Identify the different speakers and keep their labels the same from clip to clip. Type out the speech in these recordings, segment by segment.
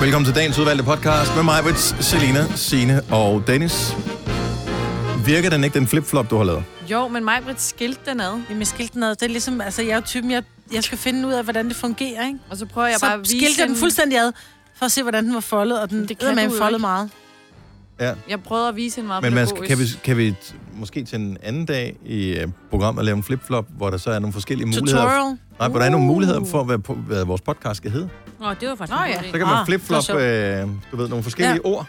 Speaker 1: Velkommen til dagens udvalgte podcast med mig, Brits, Selina, Sine og Dennis. Virker den ikke den flip-flop, du har lavet?
Speaker 2: Jo, men mig Britt skilte den ad.
Speaker 3: Jamen, skilt den ad, det er ligesom, altså jeg er jo typen, jeg, jeg skal finde ud af, hvordan det fungerer, ikke?
Speaker 2: Og så prøver jeg
Speaker 3: så
Speaker 2: bare at vise
Speaker 3: skilte jeg den
Speaker 2: den-
Speaker 3: fuldstændig ad, for at se, hvordan den var foldet, og den
Speaker 2: det
Speaker 3: det
Speaker 2: kan
Speaker 3: kan man
Speaker 2: du jo
Speaker 3: foldet
Speaker 2: ikke.
Speaker 3: meget.
Speaker 1: Ja.
Speaker 2: Jeg prøvede at vise en meget
Speaker 1: Men man, skal-
Speaker 2: pædagogisk.
Speaker 1: kan, vi, kan vi t- måske til en anden dag i øh, programmet lave en flip-flop, hvor der så er nogle forskellige muligheder?
Speaker 3: Tutorial.
Speaker 1: Nej, hvor der er nogle
Speaker 2: Uh.
Speaker 1: muligheder for, hvad, på- hvad vores podcast skal hedde.
Speaker 4: Nå, det var faktisk
Speaker 2: Nå,
Speaker 4: en
Speaker 2: ja.
Speaker 4: god idé.
Speaker 1: Så kan man
Speaker 3: Ah, det
Speaker 1: flip-flop,
Speaker 3: er
Speaker 1: øh, du ved, nogle forskellige ja. ord.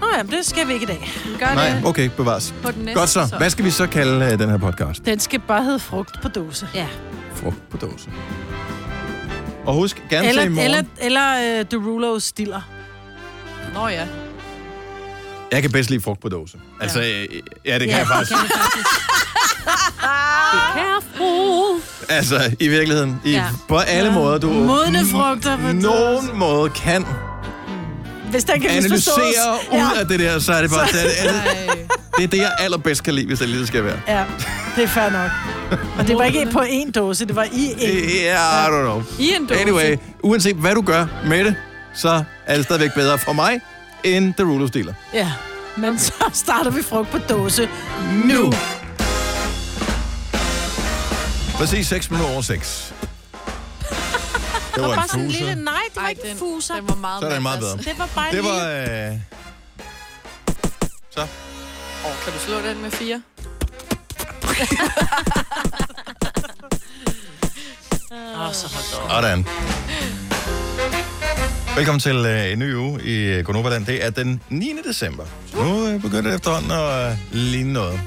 Speaker 3: Nå ja, men det skal vi ikke i dag.
Speaker 2: Gør
Speaker 1: Nej,
Speaker 2: det
Speaker 1: okay, bevares.
Speaker 2: på den næste
Speaker 1: Godt så.
Speaker 2: sæson.
Speaker 1: Hvad skal vi så kalde øh, den her podcast?
Speaker 3: Den skal bare hedde frugt på dåse.
Speaker 4: Ja.
Speaker 1: frugt på dåse. Og husk, gerne
Speaker 3: Eller,
Speaker 1: til i morgen.
Speaker 3: eller, eller uh, Derulo stiller.
Speaker 2: Nå ja.
Speaker 1: Jeg kan bedst lide frugt på dåse. Altså, øh, ja, det kan ja. jeg faktisk.
Speaker 4: Kan det faktisk. Careful.
Speaker 1: Altså, i virkeligheden. I, ja.
Speaker 4: Ja.
Speaker 1: På alle ja. måder, du
Speaker 3: Modne frugter på dåse.
Speaker 1: nogen måde kan
Speaker 3: Hvis den kan
Speaker 1: analysere
Speaker 3: misforstås.
Speaker 1: ud af det der, så er det bare... Det, det,
Speaker 2: Ej.
Speaker 1: det er det, jeg allerbedst kan lide, hvis det lige skal være.
Speaker 3: Ja, det er fair nok. Men det var ikke på én dåse, det var i en.
Speaker 1: Yeah, I don't know.
Speaker 2: I en dose.
Speaker 1: Anyway, uanset hvad du gør med det, så er det stadigvæk bedre for mig, end The Rulo Dealer.
Speaker 3: Ja, men så starter vi frugt på dåse.
Speaker 1: nu. Præcis 6 minutter over 6. Det var en fuser.
Speaker 3: nej, det
Speaker 2: Ej, den, den var meget
Speaker 1: Så er den meget
Speaker 2: mandags.
Speaker 3: Det var bare en
Speaker 1: Det var...
Speaker 3: lille...
Speaker 1: Øh... Så.
Speaker 2: Åh, Kan du slå den med fire?
Speaker 3: Åh, så hold da op.
Speaker 1: Sådan. Velkommen til øh, en ny uge i øh, Gonova-land. Det er den 9. december. Så nu øh, begynder det efterhånden at øh, ligne noget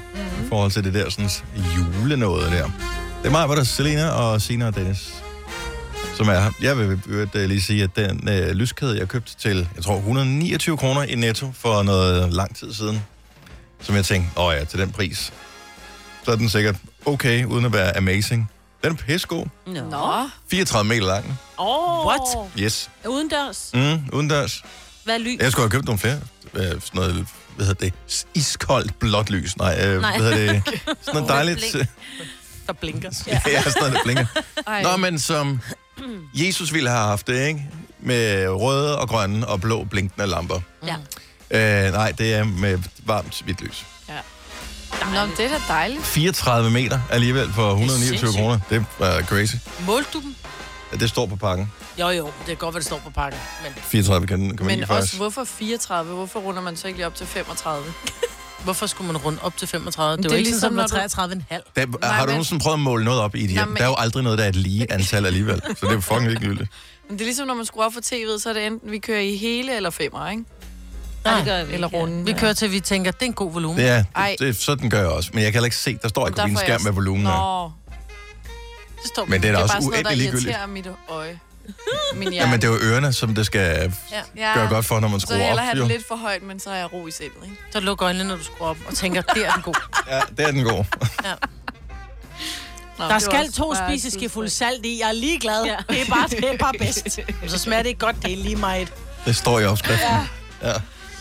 Speaker 1: i forhold til det der sådan, julenåde der. Det er mig, hvor der er Selena og Sina og Dennis, som er her. Jeg vil øvrigt, øh, lige sige, at den øh, lyskæde, jeg købte til, jeg tror, 129 kroner i Netto for noget lang tid siden, som jeg tænkte, åh ja, til den pris, så er den sikkert okay, uden at være amazing. Den er pissegod.
Speaker 4: Nå.
Speaker 1: 34 meter lang.
Speaker 4: Oh. What?
Speaker 1: Yes.
Speaker 4: Udendørs.
Speaker 1: Mm, udendørs.
Speaker 4: Hvad lys?
Speaker 1: Jeg skulle have købt nogle flere. Øh, sådan noget, hvad hedder det? S- Iskoldt blåt lys. Nej, øh,
Speaker 4: Nej.
Speaker 1: hvad hedder det? Sådan noget dejligt...
Speaker 4: blink.
Speaker 3: Der blinker.
Speaker 1: ja, sådan noget, der blinker.
Speaker 2: Ej.
Speaker 1: Nå, men som Jesus ville have haft det, ikke? Med røde og grønne og blå blinkende lamper.
Speaker 4: Ja.
Speaker 1: Øh, nej, det er med varmt hvidt lys.
Speaker 2: Nå, men det er da dejligt.
Speaker 1: 34 meter alligevel for 129
Speaker 3: sindssygt.
Speaker 1: kroner. Det er øh, crazy.
Speaker 3: Målte du dem?
Speaker 1: Ja, Det står på pakken.
Speaker 3: Jo, jo, det er godt, hvad det står på pakken. Men
Speaker 1: 34 kan den komme ind
Speaker 2: Men
Speaker 1: i
Speaker 2: også,
Speaker 1: faktisk.
Speaker 2: hvorfor 34? Hvorfor runder man så ikke lige op til 35?
Speaker 3: hvorfor skulle man runde op til 35?
Speaker 2: Det
Speaker 3: Det
Speaker 2: er
Speaker 3: var ikke ligesom,
Speaker 2: ligesom, når
Speaker 3: når
Speaker 2: du-
Speaker 3: 33 en halv.
Speaker 1: Der, har du
Speaker 2: men-
Speaker 1: nogensinde prøvet at måle noget op i et hjem?
Speaker 2: Nej, men-
Speaker 1: Der er jo aldrig noget, der er et lige antal alligevel. Så det er fucking ligegyldigt.
Speaker 2: Men det er ligesom, når man skruer op for tv'et, så er det enten, vi kører i hele eller femmer, ikke?
Speaker 4: Nej, det gør vi
Speaker 2: Eller
Speaker 4: ikke.
Speaker 2: runde.
Speaker 3: Vi kører til, at vi tænker, det er en god volumen.
Speaker 1: Det er,
Speaker 2: Uh. Ej.
Speaker 1: det, det, sådan gør jeg også. Men jeg kan heller ikke se, der står ikke på min
Speaker 2: Derfor er
Speaker 1: skærm
Speaker 2: jeg-
Speaker 1: med volumen. af.
Speaker 2: Nå,
Speaker 3: Det står
Speaker 1: Men det er da
Speaker 2: det er
Speaker 1: også
Speaker 2: bare sådan noget, der
Speaker 1: uendelig ligegyldigt.
Speaker 2: irriterer mit øje. Min hjerne.
Speaker 1: Jamen, det er jo ørerne, som det skal
Speaker 2: Ja.
Speaker 1: gøre godt for, når man
Speaker 2: Så vil jeg
Speaker 1: skruer op.
Speaker 2: hellere have
Speaker 1: Jo.
Speaker 2: det lidt for højt, men så er jeg ro i sindet, ikke?
Speaker 3: Så luk øjnene, når du skruer op, og tænker, det er den god.
Speaker 1: Ja, det er den god.
Speaker 2: Nå,
Speaker 3: Der skal to spiseskefulde salt i, jeg er ligeglad. Ja. Det, er bare, det er bare bedst. Men så smager det ikke godt, det er lige meget.
Speaker 1: Det står i opskriften. Ja.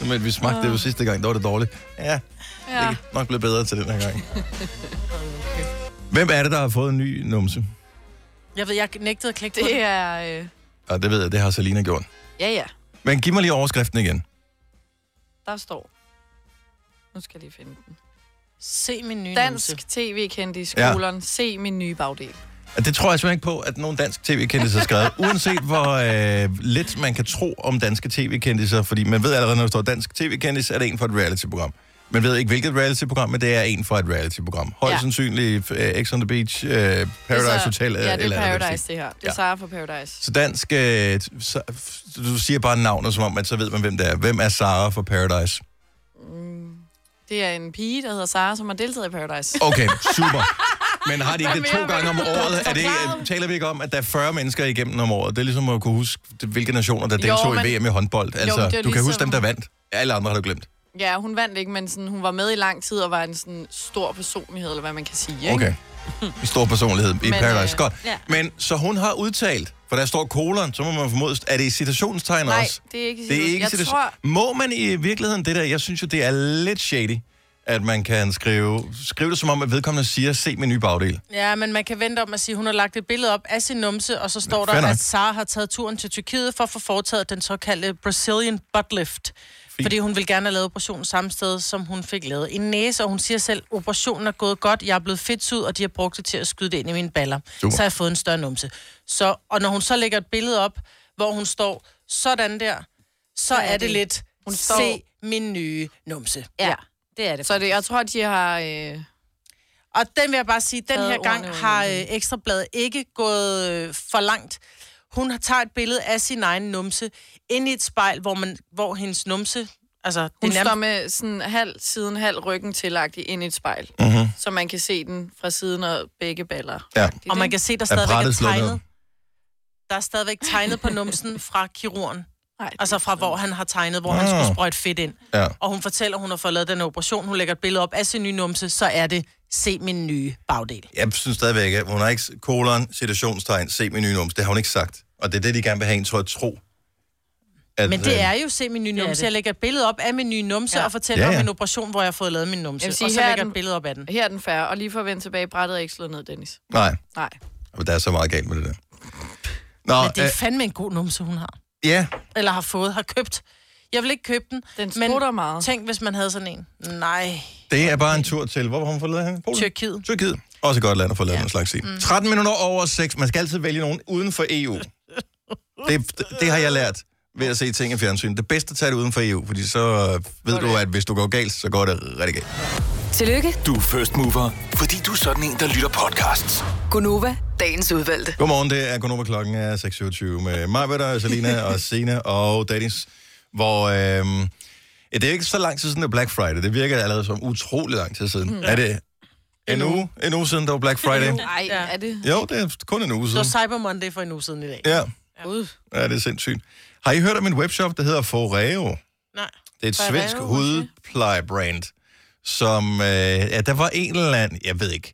Speaker 1: Men vi smagte det jo sidste gang, der var det dårligt. Ja,
Speaker 2: Ja.
Speaker 1: det er nok blevet bedre til den her gang. Hvem er det, der har fået en ny numse?
Speaker 3: Jeg ved, jeg nægtede at klikke på
Speaker 2: Det
Speaker 3: det.
Speaker 2: er... Øh...
Speaker 1: Og det ved jeg, det har Selina gjort.
Speaker 2: Ja, ja.
Speaker 1: Men giv mig lige overskriften igen.
Speaker 2: Der står... Nu skal jeg lige finde den.
Speaker 3: Se min nye numse.
Speaker 2: Dansk tv kendte i skolerne. Ja. Se min nye bagdel.
Speaker 1: Og Det tror jeg simpelthen ikke på, at nogen dansk tv-kendelse har skrevet. Uanset hvor øh, lidt man kan tro om danske tv-kendelser, fordi man ved allerede, når der står dansk tv-kendis, er det en for et reality-program. Man ved ikke, hvilket reality-program, men det er en for et reality-program. Højst ja.
Speaker 2: Ja.
Speaker 1: sandsynligt øh, X on the Beach, øh, Paradise
Speaker 2: det er så-
Speaker 1: Hotel, øh,
Speaker 2: Ja, det
Speaker 1: eller
Speaker 2: er
Speaker 1: andet, hvad
Speaker 2: Paradise, det her. Det er
Speaker 1: Ja.
Speaker 2: ja. Sara fra Paradise.
Speaker 1: Så dansk, øh, så, du siger bare navnet, som om, at så ved man, hvem det er. Hvem er Sara for Paradise?
Speaker 2: Det er en pige, der hedder Sara, som har deltaget i Paradise.
Speaker 1: Okay, super. Men har de ikke det to
Speaker 2: mere
Speaker 1: gange om året? Er det, ikke- taler vi ikke om, at der er 40 mennesker igennem om året? Det er ligesom at kunne huske, det- hvilke nationer, der
Speaker 2: Jo,
Speaker 1: deltog i
Speaker 2: men-
Speaker 1: VM i håndbold. Altså,
Speaker 2: det er
Speaker 1: jo, du kan
Speaker 2: ligesom-
Speaker 1: huske dem, der vandt. Alle andre har du glemt.
Speaker 2: Ja, hun vandt ikke, men sådan, hun var med i lang tid og var en sådan stor personlighed, eller hvad man kan sige. Ikke?
Speaker 1: Okay. En stor personlighed i
Speaker 2: Men,
Speaker 1: Paradise.
Speaker 2: øh,
Speaker 1: Godt.
Speaker 4: ja.
Speaker 1: Men så hun har udtalt, for der står kolon, så må man formode, er det i citationstegn
Speaker 2: Nej,
Speaker 1: også?
Speaker 2: det er ikke
Speaker 1: Det er ikke
Speaker 2: jeg
Speaker 1: citation-
Speaker 2: tror,
Speaker 1: Må man i virkeligheden det der? Jeg synes jo, det er lidt shady. at man kan skrive, skrive det som om, at vedkommende siger, se min nye bagdel.
Speaker 3: Ja, men man kan vente om at sige, at hun har lagt et billede op af sin numse, og så står
Speaker 1: fair
Speaker 3: der,
Speaker 1: nok.
Speaker 3: at Sara har taget turen til Tyrkiet for at få foretaget den såkaldte Brazilian butt lift.
Speaker 1: Fint.
Speaker 3: Fordi hun vil gerne have lavet operationen samme sted, som hun fik lavet en næse, og hun siger selv, operationen er gået godt, jeg er blevet fedt ud, og de har brugt det til at skyde det ind i mine baller.
Speaker 1: Super.
Speaker 3: Super. Så har jeg fået en større numse. Så, og når hun så lægger et billede op, hvor hun står sådan der, så er det lidt, hun
Speaker 2: står-
Speaker 3: står... se min nye numse.
Speaker 4: Ja, det er det.
Speaker 2: Så det, jeg tror, de har... Øh,
Speaker 3: Og den vil jeg bare sige, den
Speaker 4: Taget
Speaker 3: her gang
Speaker 4: ordene
Speaker 3: har øh, Ekstrabladet ikke gået øh, for langt. Hun har taget et billede af sin egen numse ind i et spejl, hvor, man, hvor hendes numse... Altså, det
Speaker 2: hun
Speaker 3: er nærmest,
Speaker 2: står med sådan halv siden, halv ryggen tillagt ind i et spejl.
Speaker 1: Mm-hmm.
Speaker 2: Så man kan se den fra siden og begge baller.
Speaker 1: Ja.
Speaker 3: og man kan se, der
Speaker 1: Er
Speaker 3: stadigvæk er
Speaker 1: brættet slået ned?
Speaker 3: tegnet. Der er stadigvæk tegnet på numsen fra kirurgen.
Speaker 2: Nej, det-
Speaker 3: Altså fra, hvor han har tegnet, hvor han
Speaker 1: Nå.
Speaker 3: skulle sprøjte fedt ind.
Speaker 1: Ah. Ja.
Speaker 3: Og hun fortæller, hun har fået lavet den her operation. Hun lægger et billede op af sin nye numse, så er det, se min nye bagdel.
Speaker 1: Jeg synes stadigvæk, at hun har ikke kolon, situationstegn, se min nye numse. Det har hun ikke sagt. Og det er det, de gerne vil have en til at tro. At,
Speaker 3: Men det
Speaker 1: øh,
Speaker 3: er jo se min nye
Speaker 4: er
Speaker 3: numse.
Speaker 4: det.
Speaker 3: Jeg lægger et billede op af min nye numse
Speaker 4: Ja.
Speaker 3: ja. og fortæller
Speaker 1: Ja,
Speaker 3: ja,
Speaker 1: ja.
Speaker 3: ja. om en operation, hvor jeg har fået lavet min numse.
Speaker 2: Jeg vil
Speaker 3: Sige, og så
Speaker 2: sige, her er
Speaker 3: lægger jeg
Speaker 2: den-
Speaker 3: et billede op af den.
Speaker 2: Her er den færre. Og lige for at vende tilbage, brættet er ikke slået ned, Dennis.
Speaker 1: Nej,
Speaker 2: Nej.
Speaker 1: men der er så meget galt med det der. Nå,
Speaker 3: Men det
Speaker 1: øh,
Speaker 3: er fandme en god numse, hun har.
Speaker 1: ja,
Speaker 3: Eller har fået, har købt. Jeg vil ikke købe den.
Speaker 2: Den sprutter meget.
Speaker 3: Tænk, hvis man havde sådan en. Nej.
Speaker 1: det er bare en tur til. Hvor var hun forladet hen? Polen?
Speaker 3: Tyrkiet. Mm.
Speaker 1: Tyrkiet. Også et godt land at få lavet ja. noget slags i. 13 minutter over 6. Man skal altid vælge nogen uden for EU. Det, det har jeg lært ved at se ting i fjernsyn. Det bedste er at tage det uden for EU, fordi så øh, ved du, at hvis du går galt, så går det rigtig galt.
Speaker 5: Tillykke,
Speaker 6: Du er first mover, fordi du er sådan en, der lytter podcasts.
Speaker 5: Gunova, dagens udvalgte.
Speaker 1: Godmorgen, det er kun over klokken er 6.27 med mig, Britta, Selina og Sina og Dennis, hvor... Øh, det er ikke så lang tid siden, det er Black Friday. Det virker allerede som utrolig lang tid siden. Er det Mm. en uge? En uge siden, der var Black Friday?
Speaker 2: Nej, er det?
Speaker 1: Jo, det er kun en uge
Speaker 3: Det var
Speaker 1: siden.
Speaker 3: Cyber Monday for en uge siden i dag.
Speaker 1: Ja,
Speaker 2: Gud.
Speaker 1: ja det er sindssygt. Har I hørt om en webshop, der hedder Foreo?
Speaker 3: Nej.
Speaker 1: Det er et
Speaker 2: Foreo,
Speaker 1: svensk
Speaker 2: okay.
Speaker 1: hudplejebrand, som... Øh, ja, der var en eller anden... Jeg ved ikke,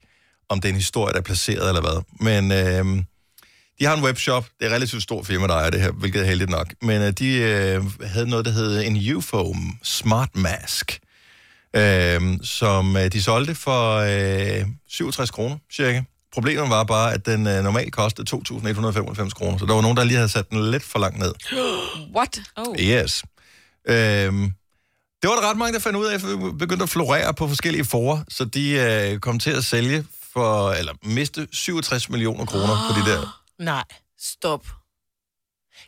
Speaker 1: om det er en historie, der er placeret eller hvad. Men øh, de har en webshop. Det er et relativt stort firma, der ejer det her, hvilket er heldigt nok. Men øh, de øh, havde noget, der hed en UFO Smart Mask, øh, som øh, de solgte for øh, 67 kroner, cirka. Problemet var bare, at den øh, normalt kostede 2.195 kroner, så der var nogen, der lige havde sat den lidt for langt ned.
Speaker 2: What?
Speaker 4: Oh.
Speaker 1: Yes. Øhm, det var der ret mange, der fandt ud af, at det begyndte at florere på forskellige forer, så de øh, kom til at sælge for, eller miste 67 millioner kroner på de der.
Speaker 3: Nej.
Speaker 2: Stop.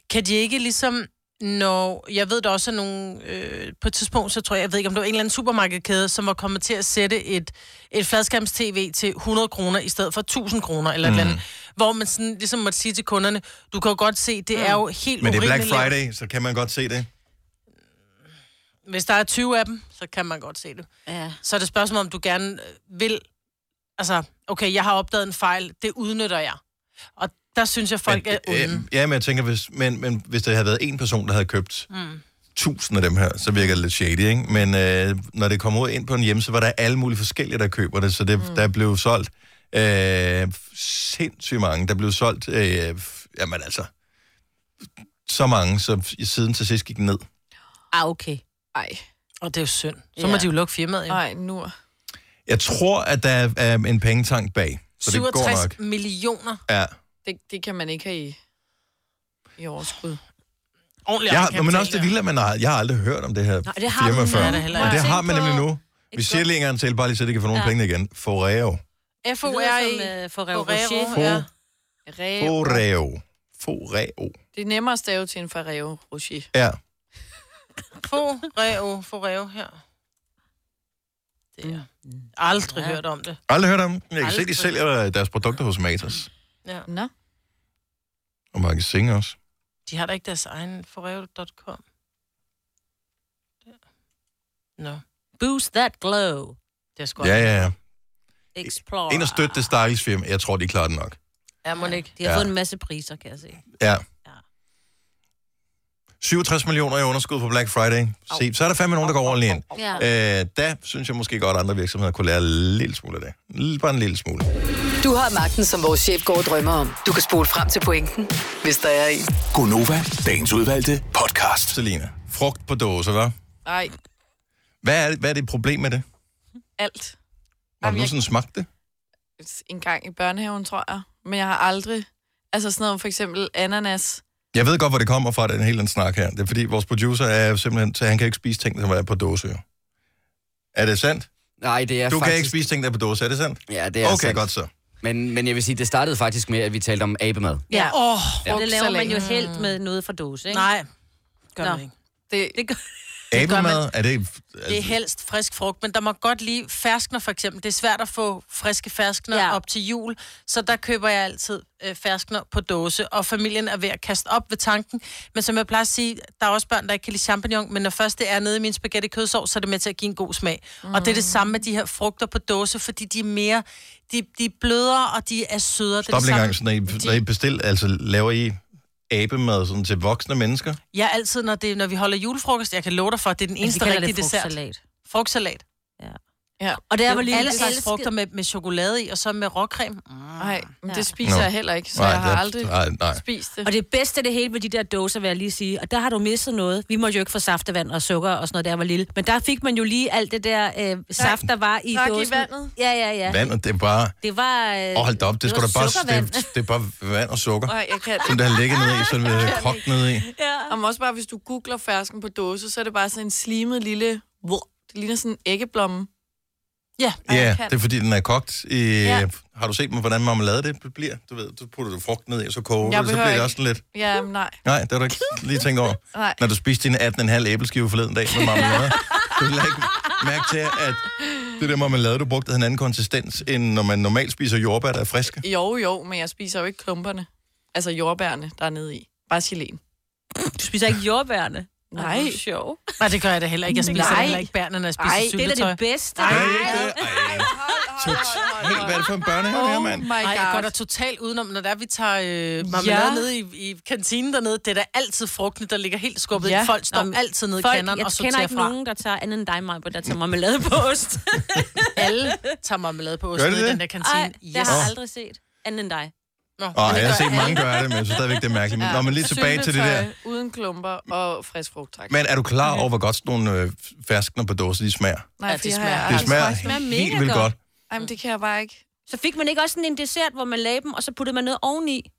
Speaker 3: Kan de ikke ligesom... Når, jeg ved der også er nogle, øh, på et tidspunkt, så tror jeg, jeg ved ikke, om det var en eller anden supermarkedkæde, som var kommet til at sætte et, et fladskærmstv til 100 kroner i stedet for 1000 kroner, eller mm. et eller andet,
Speaker 1: Mhm.
Speaker 3: hvor man sådan, ligesom måtte sige til kunderne, du kan jo godt se, det er jo
Speaker 1: Mhm.
Speaker 3: helt
Speaker 1: Men det er Black
Speaker 3: urimeligt lavt.
Speaker 1: Friday, så kan man godt se det.
Speaker 3: Hvis der er 20 af dem, så kan man godt se det.
Speaker 4: Ja.
Speaker 3: Så er det spørgsmål, om du gerne øh, vil... Altså, okay, jeg har opdaget en fejl, det udnytter jeg. Og der synes jeg, folk
Speaker 1: men,
Speaker 3: er onde.
Speaker 1: øh, ja, men jeg tænker, hvis, men, men hvis der havde været en person, der havde købt
Speaker 3: Mm.
Speaker 1: tusind af dem her, så virker det lidt shady, ikke? Men øh, når det kommer ud ind på en hjemmeside, var der alle mulige forskellige, der køber det, så det, mm. der blev solgt øh, sindssygt mange. Der blev solgt, øh, f- jamen altså, så mange, så siden til sidst gik den ned.
Speaker 4: Ah, okay.
Speaker 2: Ej,
Speaker 3: Og det er jo synd. Så
Speaker 4: Ja.
Speaker 3: må de jo lukke firmaet, jo.
Speaker 2: ej, nu.
Speaker 1: Jeg tror, at der er øh, en pengetank bag, så det går
Speaker 3: 67
Speaker 1: nok.
Speaker 3: millioner.
Speaker 1: Ja.
Speaker 2: Det, det kan man ikke have i, i overskud.
Speaker 3: Ordentligt
Speaker 1: Jeg,
Speaker 3: egenkapital,
Speaker 1: men også det vilde, at man har, jeg har aldrig hørt om det her
Speaker 4: det har
Speaker 1: firma
Speaker 4: du
Speaker 1: før.
Speaker 3: Nej, det er heller
Speaker 1: Men det
Speaker 4: ikke.
Speaker 1: har man
Speaker 4: Tænk på
Speaker 1: nemlig nu.
Speaker 4: et
Speaker 1: Vi siger
Speaker 4: godt-
Speaker 1: lige en gang til, bare lige så de kan få nogle ja.
Speaker 4: Ja.
Speaker 1: penge igen. Foreo.
Speaker 2: øh,
Speaker 3: F-O-R-E.
Speaker 4: For
Speaker 3: Forero,
Speaker 4: Rocher.
Speaker 3: ja.
Speaker 2: Reo.
Speaker 1: Foreo. Foreo.
Speaker 2: Det er nemmere at stave til en Ferrero Rocher.
Speaker 1: Ja.
Speaker 3: Foreo, foreo her. Det er. Aldrig hørt om det.
Speaker 1: Aldrig hørt om. dem. Jeg kan se, de
Speaker 3: Aldrig.
Speaker 1: sælger deres produkter hos Matas.
Speaker 2: Nå.
Speaker 1: Og magasin også.
Speaker 3: De har da ikke deres egen foreo.com. Der. Nå,
Speaker 4: Boost that glow.
Speaker 3: det er sgu
Speaker 1: Ja, ja, ja.
Speaker 4: Explore.
Speaker 1: Ind og støtte det stakkels firma. Jeg tror, de klarer det nok.
Speaker 3: Ja, må ikke.
Speaker 4: De har
Speaker 1: Ja.
Speaker 4: fået en masse priser, kan jeg se.
Speaker 1: Ja.
Speaker 4: Ja.
Speaker 1: 67 millioner i underskud på Black Friday. Se, så er der fandme nogen, der går ordentligt ind.
Speaker 4: Ja.
Speaker 1: Øh, der synes jeg måske godt, at andre virksomheder kunne lære en lille smule af det. Lille- Bare en lille smule.
Speaker 5: Du har magten, som vores chef går og drømmer om. Du kan spole frem til pointen, hvis der er en.
Speaker 6: Gonova, dagens udvalgte podcast.
Speaker 1: Selina, frugt på dåse, hva'?
Speaker 2: Nej,
Speaker 1: Hvad er, hvad er det problem med det?
Speaker 2: alt.
Speaker 1: Har du
Speaker 2: Jamen, jeg-
Speaker 1: nogensinde smagt det?
Speaker 2: En gang i børnehaven, tror jeg. Men jeg har aldrig... Altså sådan noget om for eksempel ananas.
Speaker 1: Jeg ved godt, hvor det kommer fra, den hele den snak her. Det er fordi, vores producer er simpelthen, så han kan ikke spise ting, der er på dåse. jo. Er det sandt?
Speaker 7: Nej, det er
Speaker 1: Du
Speaker 7: faktisk...
Speaker 1: kan ikke spise ting, der er på dåse, er det sandt?
Speaker 7: Ja, det er
Speaker 1: Okay,
Speaker 7: sandt.
Speaker 1: godt så.
Speaker 7: Men, men jeg vil sige, det startede faktisk med, at vi talte om abemad.
Speaker 4: Ja.
Speaker 3: Åh,
Speaker 4: ja. Det laver man jo
Speaker 2: Frugtsalat.
Speaker 4: helt med noget fra dåse, ikke?
Speaker 3: nej. Gør
Speaker 4: Nå.
Speaker 3: man ikke.
Speaker 2: Det, det,
Speaker 4: Det gør...
Speaker 1: Abemad, er det...
Speaker 3: Det er
Speaker 1: Altså,
Speaker 3: helst frisk frugt, men der må godt lige ferskner for eksempel. Det er svært at få friske ferskner ja.
Speaker 4: Ja.
Speaker 3: op til jul, så der køber jeg altid øh, ferskner på dåse, og familien er ved at kaste op ved tanken. Men som jeg plejer at sige, der er også børn, der ikke kan lide champignon, men når først det er nede i min spaghetti kødsov, så er det med til at give en god smag. Mm. Og det er det samme med de her frugter på dåse, fordi de er mere, de, de er blødere, og de er sødere. det er
Speaker 1: stop
Speaker 3: det
Speaker 1: lige en
Speaker 3: samme-
Speaker 1: gang, så når I, når I bestil, altså laver I abemad sådan til voksne mennesker?
Speaker 3: Jeg er altid, når, det, når vi holder julefrokost, jeg kan love dig for, at det er den
Speaker 4: Men Altså, de
Speaker 3: eneste
Speaker 4: kalder
Speaker 3: rigtige
Speaker 4: det
Speaker 3: dessert.
Speaker 4: frugtsalat.
Speaker 3: Frugtsalat.
Speaker 2: ja.
Speaker 4: Og det er
Speaker 3: Jeg
Speaker 4: vel
Speaker 3: vil
Speaker 4: lige
Speaker 3: alle
Speaker 4: alle
Speaker 3: slags frugter med, med chokolade i, og så med råcreme.
Speaker 2: Nej, men
Speaker 4: Mm. Ja.
Speaker 2: det spiser
Speaker 1: Nå.
Speaker 2: jeg heller ikke, så nej, jeg har
Speaker 1: det-
Speaker 2: aldrig
Speaker 1: Nej, nej.
Speaker 2: spist det.
Speaker 4: Og det bedste af det hele ved de der dåser, vil jeg lige sige, og der har du misset noget. Vi måtte jo ikke få saftevand og sukker og sådan noget, da jeg var lille. Men der fik man jo lige alt det der øh, saft, der var i
Speaker 2: Tak i
Speaker 4: dåsen.
Speaker 2: vandet.
Speaker 4: Ja, ja, ja.
Speaker 1: Vandet, det er bare...
Speaker 4: Det var... Øh,
Speaker 1: Åh, oh, hold da op, det,
Speaker 4: det
Speaker 1: det, da
Speaker 4: var
Speaker 1: bare,
Speaker 4: sukkervand.
Speaker 1: det, det er bare vand og sukker,
Speaker 2: Nej, jeg kan
Speaker 1: som det har ligget ned i, så det er kogt ned i.
Speaker 2: Om også bare, hvis du googler fersken på dåse, så er det bare sådan en slimet lille... Det ligner sådan en æggeblomme.
Speaker 3: Ja.
Speaker 2: Ej,
Speaker 1: Ja,
Speaker 2: jeg kan.
Speaker 1: det er fordi, den er kogt. I, ja.
Speaker 2: Ja.
Speaker 1: Har du set, hvordan marmelade det bliver? Du ved, så putter du frugt ned i, og så koger
Speaker 2: Jeg
Speaker 1: du det, så
Speaker 2: behøver
Speaker 1: bliver det
Speaker 2: ikke.
Speaker 1: også sådan lidt...
Speaker 2: Ja, men nej.
Speaker 1: Nej, det har du ikke lige tænkt over.
Speaker 2: Nej.
Speaker 1: Når du spiste din 18,5 æbleskive forleden dag med marmelade, du vil ikke mærke til, at det der marmelade, du brugte, havde en anden konsistens, end når man normalt spiser jordbær, der er friske.
Speaker 2: Jo, jo, men jeg spiser jo ikke klumperne. Altså jordbærne, der er nede i. Bare geléen.
Speaker 4: Du spiser ikke jordbærne.
Speaker 2: Nej.
Speaker 4: Ej, hvor sjov.
Speaker 3: Nej, det gør jeg da heller ikke. Jeg spiser
Speaker 4: Nej.
Speaker 3: heller ikke bærne, når jeg spiser
Speaker 4: Ej, det er da
Speaker 3: syltetøj.
Speaker 4: det bedste.
Speaker 1: Ej,
Speaker 4: Ej.
Speaker 1: det- ej, totalt- Hvad er det for en børnehave, det her,
Speaker 2: Oh
Speaker 1: mand?
Speaker 2: my
Speaker 3: Ej, jeg går da
Speaker 2: god.
Speaker 3: totalt udenom, når der vi tager øh, marmelade ja.
Speaker 4: Ja.
Speaker 3: ned i, i kantinen dernede. Det er da altid frugten, der ligger helt skubbet ja.
Speaker 2: Ja.
Speaker 3: i. Folk står
Speaker 4: Nå,
Speaker 3: altid nede i
Speaker 4: Folk,
Speaker 3: kanderen
Speaker 4: jeg
Speaker 3: og
Speaker 4: kender
Speaker 3: sorterer
Speaker 4: ikke
Speaker 3: fra.
Speaker 4: nogen, der tager andet end dig, Maja, der tager marmelade på ost.
Speaker 3: Alle tager marmelade på ost
Speaker 1: Gør de
Speaker 3: nede i
Speaker 1: det?
Speaker 3: den der kantine.
Speaker 4: Nej, det har
Speaker 1: Yes.
Speaker 4: jeg aldrig set. Andet end dig.
Speaker 3: Nå,
Speaker 1: Åh,
Speaker 3: men
Speaker 1: jeg
Speaker 3: det
Speaker 1: har
Speaker 3: gør
Speaker 1: set
Speaker 3: alle.
Speaker 1: mange gøre det, men jeg synes stadigvæk, det er mærkeligt. Nå, men lige tilbage til det der.
Speaker 2: Syltetøj Uden klumper og frisk frugt, tak.
Speaker 1: Men er du klar over, hvor godt sådan nogle øh, ferskner på dåse, de smager?
Speaker 2: Nej, for
Speaker 3: det
Speaker 2: jeg
Speaker 3: smager-
Speaker 2: har
Speaker 1: Det
Speaker 2: aldrig
Speaker 1: smager,
Speaker 2: smagt dem.
Speaker 4: smager mega
Speaker 1: helt vildt
Speaker 4: godt.
Speaker 1: godt.
Speaker 2: Ej, men det kan jeg bare ikke.
Speaker 4: Så fik man ikke også sådan en dessert, hvor man lagde dem, og så puttede man noget oveni?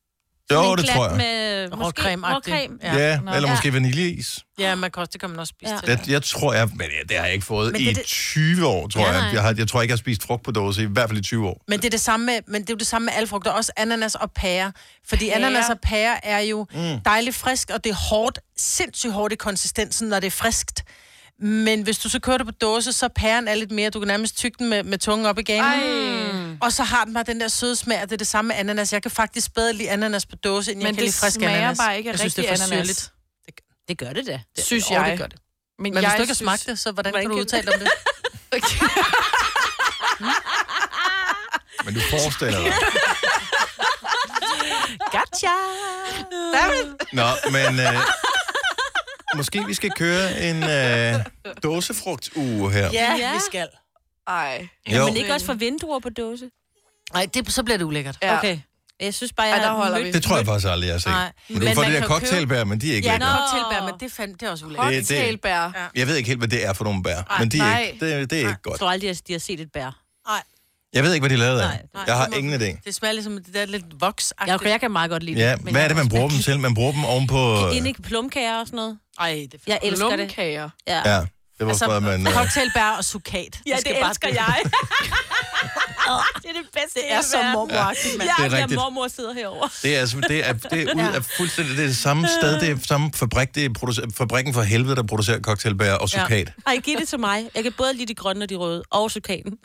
Speaker 4: Sådan
Speaker 1: Jo,
Speaker 4: en
Speaker 1: det
Speaker 4: glat
Speaker 1: tror jeg.
Speaker 4: Med, måske,
Speaker 3: Råcreme-agtigt.
Speaker 4: råcreme.
Speaker 3: Ja.
Speaker 1: Ja,
Speaker 2: Nå.
Speaker 1: eller
Speaker 4: Ja.
Speaker 1: måske vaniljeis.
Speaker 3: Ja, man kan også, det kan man også spise ja.
Speaker 4: Ja.
Speaker 3: til.
Speaker 1: Jeg, jeg tror, jeg, men det, det har jeg ikke fået
Speaker 3: Men
Speaker 1: i
Speaker 3: det er det-
Speaker 1: 20 år, tror
Speaker 4: Ja,
Speaker 1: jeg.
Speaker 4: nej.
Speaker 1: Jeg, har, jeg tror ikke, jeg har spist frugt på dåse, i hvert fald i 20 år.
Speaker 3: Men det er det samme med, men det er jo det samme med alle frugter, også ananas og pære. Fordi pære.
Speaker 2: Pære.
Speaker 3: ananas og pære er jo mm. dejligt frisk, og det er hårdt, sindssygt hårdt i konsistensen, når det er friskt. Men hvis du så kører det på dåse, så er pæren er lidt mere, du kan nærmest tygge den med, med tungen op i ganen. Og så har den bare den der søde smag, og det er det samme med ananas. Jeg kan faktisk bedre lide ananas på dåse, end jeg kan
Speaker 2: Men det
Speaker 3: lide frisk
Speaker 2: smager
Speaker 3: ananas.
Speaker 2: bare ikke af
Speaker 3: jeg synes, det er
Speaker 2: rigtig
Speaker 3: for
Speaker 2: ananas.
Speaker 3: syrligt.
Speaker 4: Det gør det da. Det,
Speaker 2: Synes
Speaker 4: Åh,
Speaker 2: jeg.
Speaker 4: Det gør det.
Speaker 2: Men,
Speaker 3: Men hvis
Speaker 2: jeg
Speaker 3: du ikke har
Speaker 2: synes-
Speaker 3: smagt det, så hvordan,
Speaker 4: Hvordan
Speaker 3: kan du
Speaker 4: kan-
Speaker 3: udtale dig om det?
Speaker 1: Men du forestiller dig.
Speaker 4: Gotcha!
Speaker 1: Nå, men øh, måske vi skal køre en øh, dåsefrugtuge her.
Speaker 3: Ja,
Speaker 4: Ja.
Speaker 3: vi skal.
Speaker 2: Ej.
Speaker 1: Jo.
Speaker 4: Men ikke også for vinduer på dåse?
Speaker 3: Nej, det, så bliver det ulækkert.
Speaker 2: Ja.
Speaker 4: Okay. Jeg synes bare,
Speaker 2: Ej,
Speaker 4: jeg
Speaker 2: der holder vi.
Speaker 1: Det tror jeg faktisk aldrig, jeg har set.
Speaker 3: Nej.
Speaker 1: Men du
Speaker 3: Men
Speaker 1: får
Speaker 3: man
Speaker 1: det der
Speaker 3: kan jo købe-
Speaker 1: cocktailbær, men de er ikke
Speaker 3: Ja,
Speaker 1: lækre.
Speaker 3: cocktailbær, men det, er fandme, det er også ulækkert.
Speaker 1: Det- det-
Speaker 2: Cocktailbær.
Speaker 3: Ja.
Speaker 1: Jeg ved ikke helt, hvad det er for nogle bær, men de er
Speaker 2: nej.
Speaker 1: ikke, det, det er ikke
Speaker 4: Ah, Jeg
Speaker 1: godt.
Speaker 4: tror aldrig, at de har set et bær.
Speaker 3: Nej.
Speaker 1: Jeg ved ikke, hvad de er lavet af.
Speaker 4: Nej, nej,
Speaker 1: Jeg har
Speaker 3: det må-
Speaker 1: ingen idé.
Speaker 3: Det smager ligesom det der lidt voks
Speaker 4: Jeg, jeg kan meget godt lide
Speaker 1: Ja,
Speaker 4: det. men
Speaker 1: hvad er
Speaker 4: jeg
Speaker 1: det, man
Speaker 4: også-
Speaker 1: bruger dem til? Man bruger dem ovenpå...
Speaker 4: Inde i plumkager og sådan noget.
Speaker 3: Ej, det er Altså,
Speaker 4: Jeg elsker det.
Speaker 2: Lumkager.
Speaker 4: Ja,
Speaker 1: Ja, det
Speaker 4: Altså,
Speaker 1: var for, at man... øh,
Speaker 3: cocktailbær og sukat.
Speaker 4: ja det elsker jeg. det er det bedste
Speaker 3: Det er så mormoragtigt, mand.
Speaker 1: Det
Speaker 4: Ja,
Speaker 1: er
Speaker 4: det er
Speaker 1: rigtigt.
Speaker 4: mormor sidder herovre.
Speaker 1: Det er, sim- det er, det er ud af fuldstændig det, er det samme sted, det er samme fabrik, det er producer, fabrikken for helvede, der producerer cocktailbær og sukat. Ja.
Speaker 4: Ej, giv det til mig. Jeg kan både lide de grønne og de røde. Og sukaten.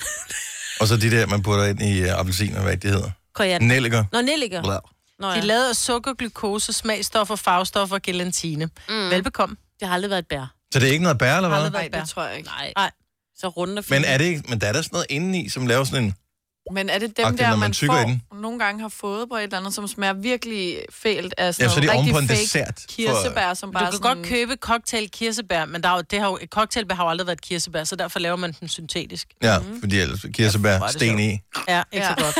Speaker 1: Og så de der, man putter ind i øh, appelsiner, hvad det hedder.
Speaker 4: Koriander.
Speaker 1: Nelliker.
Speaker 4: Nå, nelliker.
Speaker 1: Blah.
Speaker 4: Nå,
Speaker 3: De
Speaker 4: ja.
Speaker 3: er lavet af sukker, glukose, smagstoffer, farvestoffer og gelatine. Mm. Velbekomme.
Speaker 4: Det har aldrig været et bær.
Speaker 1: Så det er ikke noget bær, eller hvad?
Speaker 3: Aldrig været
Speaker 2: Nej, det tror jeg ikke.
Speaker 4: Nej.
Speaker 3: Nej.
Speaker 4: Så runde og fine.
Speaker 1: Men er det ikke, men der er der sådan noget indeni, som laver sådan en...
Speaker 2: Men er det dem
Speaker 1: Agtigt,
Speaker 2: der,
Speaker 1: når man
Speaker 2: man, man
Speaker 1: tygger i
Speaker 2: får,
Speaker 1: den.
Speaker 2: nogle gange har fået på et eller andet, som smager virkelig fælt af sådan
Speaker 1: Ja, så det er
Speaker 2: noget
Speaker 1: ovenpå en
Speaker 2: rigtig fake
Speaker 1: dessert. For,
Speaker 2: kirsebær, som
Speaker 3: Du
Speaker 2: bare
Speaker 3: kan
Speaker 2: sådan...
Speaker 3: godt købe cocktail kirsebær, men der er jo, det har jo, et cocktailbær har jo aldrig været et kirsebær, så derfor laver man den syntetisk.
Speaker 4: Mhm.
Speaker 1: ja, fordi ellers kirsebær, sten i,
Speaker 3: Ja, ikke ja. så
Speaker 2: Ja.
Speaker 3: godt.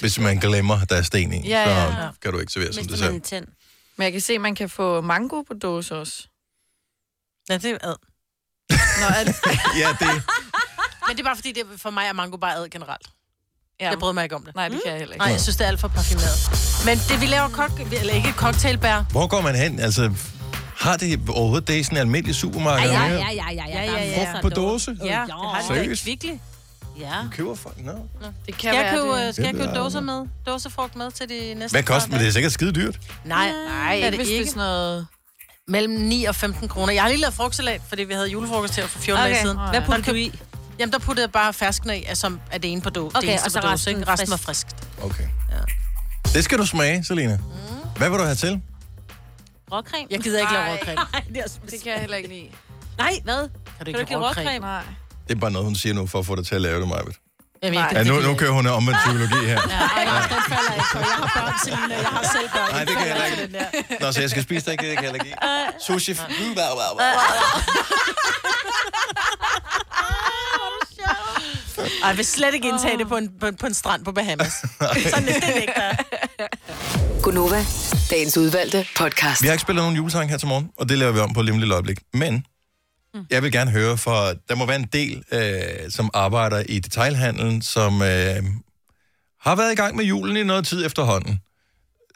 Speaker 1: hvis man glemmer, at der er sten i,
Speaker 2: Ja, ja,
Speaker 1: så
Speaker 2: ja.
Speaker 1: kan du ikke servere som
Speaker 4: Mister
Speaker 1: det
Speaker 4: man
Speaker 1: selv.
Speaker 4: en tænd.
Speaker 2: Men jeg kan se, at man kan få mango på dåse også.
Speaker 3: Ja, det er jo ad.
Speaker 2: Nå, er det...
Speaker 1: Ja, det,
Speaker 3: Men det er bare fordi, det for mig er mango bare ad generelt.
Speaker 2: Ja.
Speaker 3: Jeg bryder mig ikke om det.
Speaker 2: Nej, det kan jeg heller ikke.
Speaker 3: Nej, jeg synes, det er alt for parfumeret. Men det, vi laver kok... Eller ikke cocktailbær.
Speaker 1: Hvor går man hen? Altså, har det overhovedet det i sådan en almindelig supermarked?
Speaker 4: Ja, ja, ja, ja, ja.
Speaker 3: ja, ja.
Speaker 1: Frugt på dåse?
Speaker 3: Ja,
Speaker 4: Jo.
Speaker 3: det har det da ikke
Speaker 1: Seriøst?
Speaker 3: virkelig.
Speaker 4: Ja.
Speaker 1: Køber folk? No.
Speaker 2: Det kan
Speaker 3: Skal jeg
Speaker 2: være
Speaker 3: købe,
Speaker 2: det.
Speaker 3: øh, skal
Speaker 1: Det
Speaker 3: jeg købe
Speaker 1: ved jeg
Speaker 3: dåser med? Dåsefrugt med til de næste
Speaker 1: Hvad koster det? Det er sikkert skide dyrt.
Speaker 3: Nej, nej,
Speaker 2: Nej,
Speaker 3: det er det
Speaker 2: hvis det er
Speaker 3: ikke.
Speaker 2: sådan noget...
Speaker 3: Mellem 9 og 15 kroner. Jeg har lige lavet frugtsalat, fordi vi havde julefrokost her for 14 dage
Speaker 4: Okay.
Speaker 3: siden.
Speaker 4: Hvad
Speaker 3: Der
Speaker 4: putter du
Speaker 3: køb-
Speaker 4: i?
Speaker 3: Jamen, der puttede jeg bare ferskne af, som er det ene på dåse.
Speaker 4: Okay,
Speaker 3: det eneste
Speaker 4: og så
Speaker 3: på dåse,
Speaker 4: resten
Speaker 3: ikke? Resten var
Speaker 4: frisk.
Speaker 3: friskt.
Speaker 1: Okay. Ja. Det skal du smage, Selina. Hvad vil du have til?
Speaker 4: Råkrem?
Speaker 3: Jeg gider ikke lave
Speaker 2: Ej.
Speaker 3: råkrem.
Speaker 4: Nej, det er
Speaker 2: Det kan jeg heller ikke lide.
Speaker 4: Nej, hvad?
Speaker 3: Kan du
Speaker 4: Kan du
Speaker 3: ikke
Speaker 4: ikke
Speaker 3: lave råkrem?
Speaker 4: råkrem?
Speaker 2: Nej.
Speaker 1: Det er bare noget, hun siger nu, for at få dig til at lave det, Majbet.
Speaker 3: Jamen,
Speaker 2: Nej.
Speaker 3: jeg,
Speaker 1: Ja,
Speaker 3: det
Speaker 1: nu,
Speaker 3: gider
Speaker 1: nu
Speaker 3: jeg
Speaker 1: kører hun omvendt psykologi her.
Speaker 3: ikke. Nej, den falder ikke, for jeg har børn, Selina. Jeg har selv børn.
Speaker 1: Nej, det kan jeg heller ikke. Nå, så jeg skal spise det ikke, det kan jeg heller ikke.
Speaker 3: Øh.
Speaker 1: Sushi. Mm, wow, wow, wow.
Speaker 3: Ej, jeg vil slet ikke indtage det på en, på, en- på en strand på Bahamas. Sådan er det ikke, der. er.
Speaker 5: Gunova, dagens udvalgte podcast.
Speaker 1: Vi har ikke spillet nogen julesang her til morgen, og det laver vi om på et lille øjeblik. Men jeg vil gerne høre, for der må være en del, øh, som arbejder i detailhandlen, som øh, har været i gang med julen i noget tid efterhånden.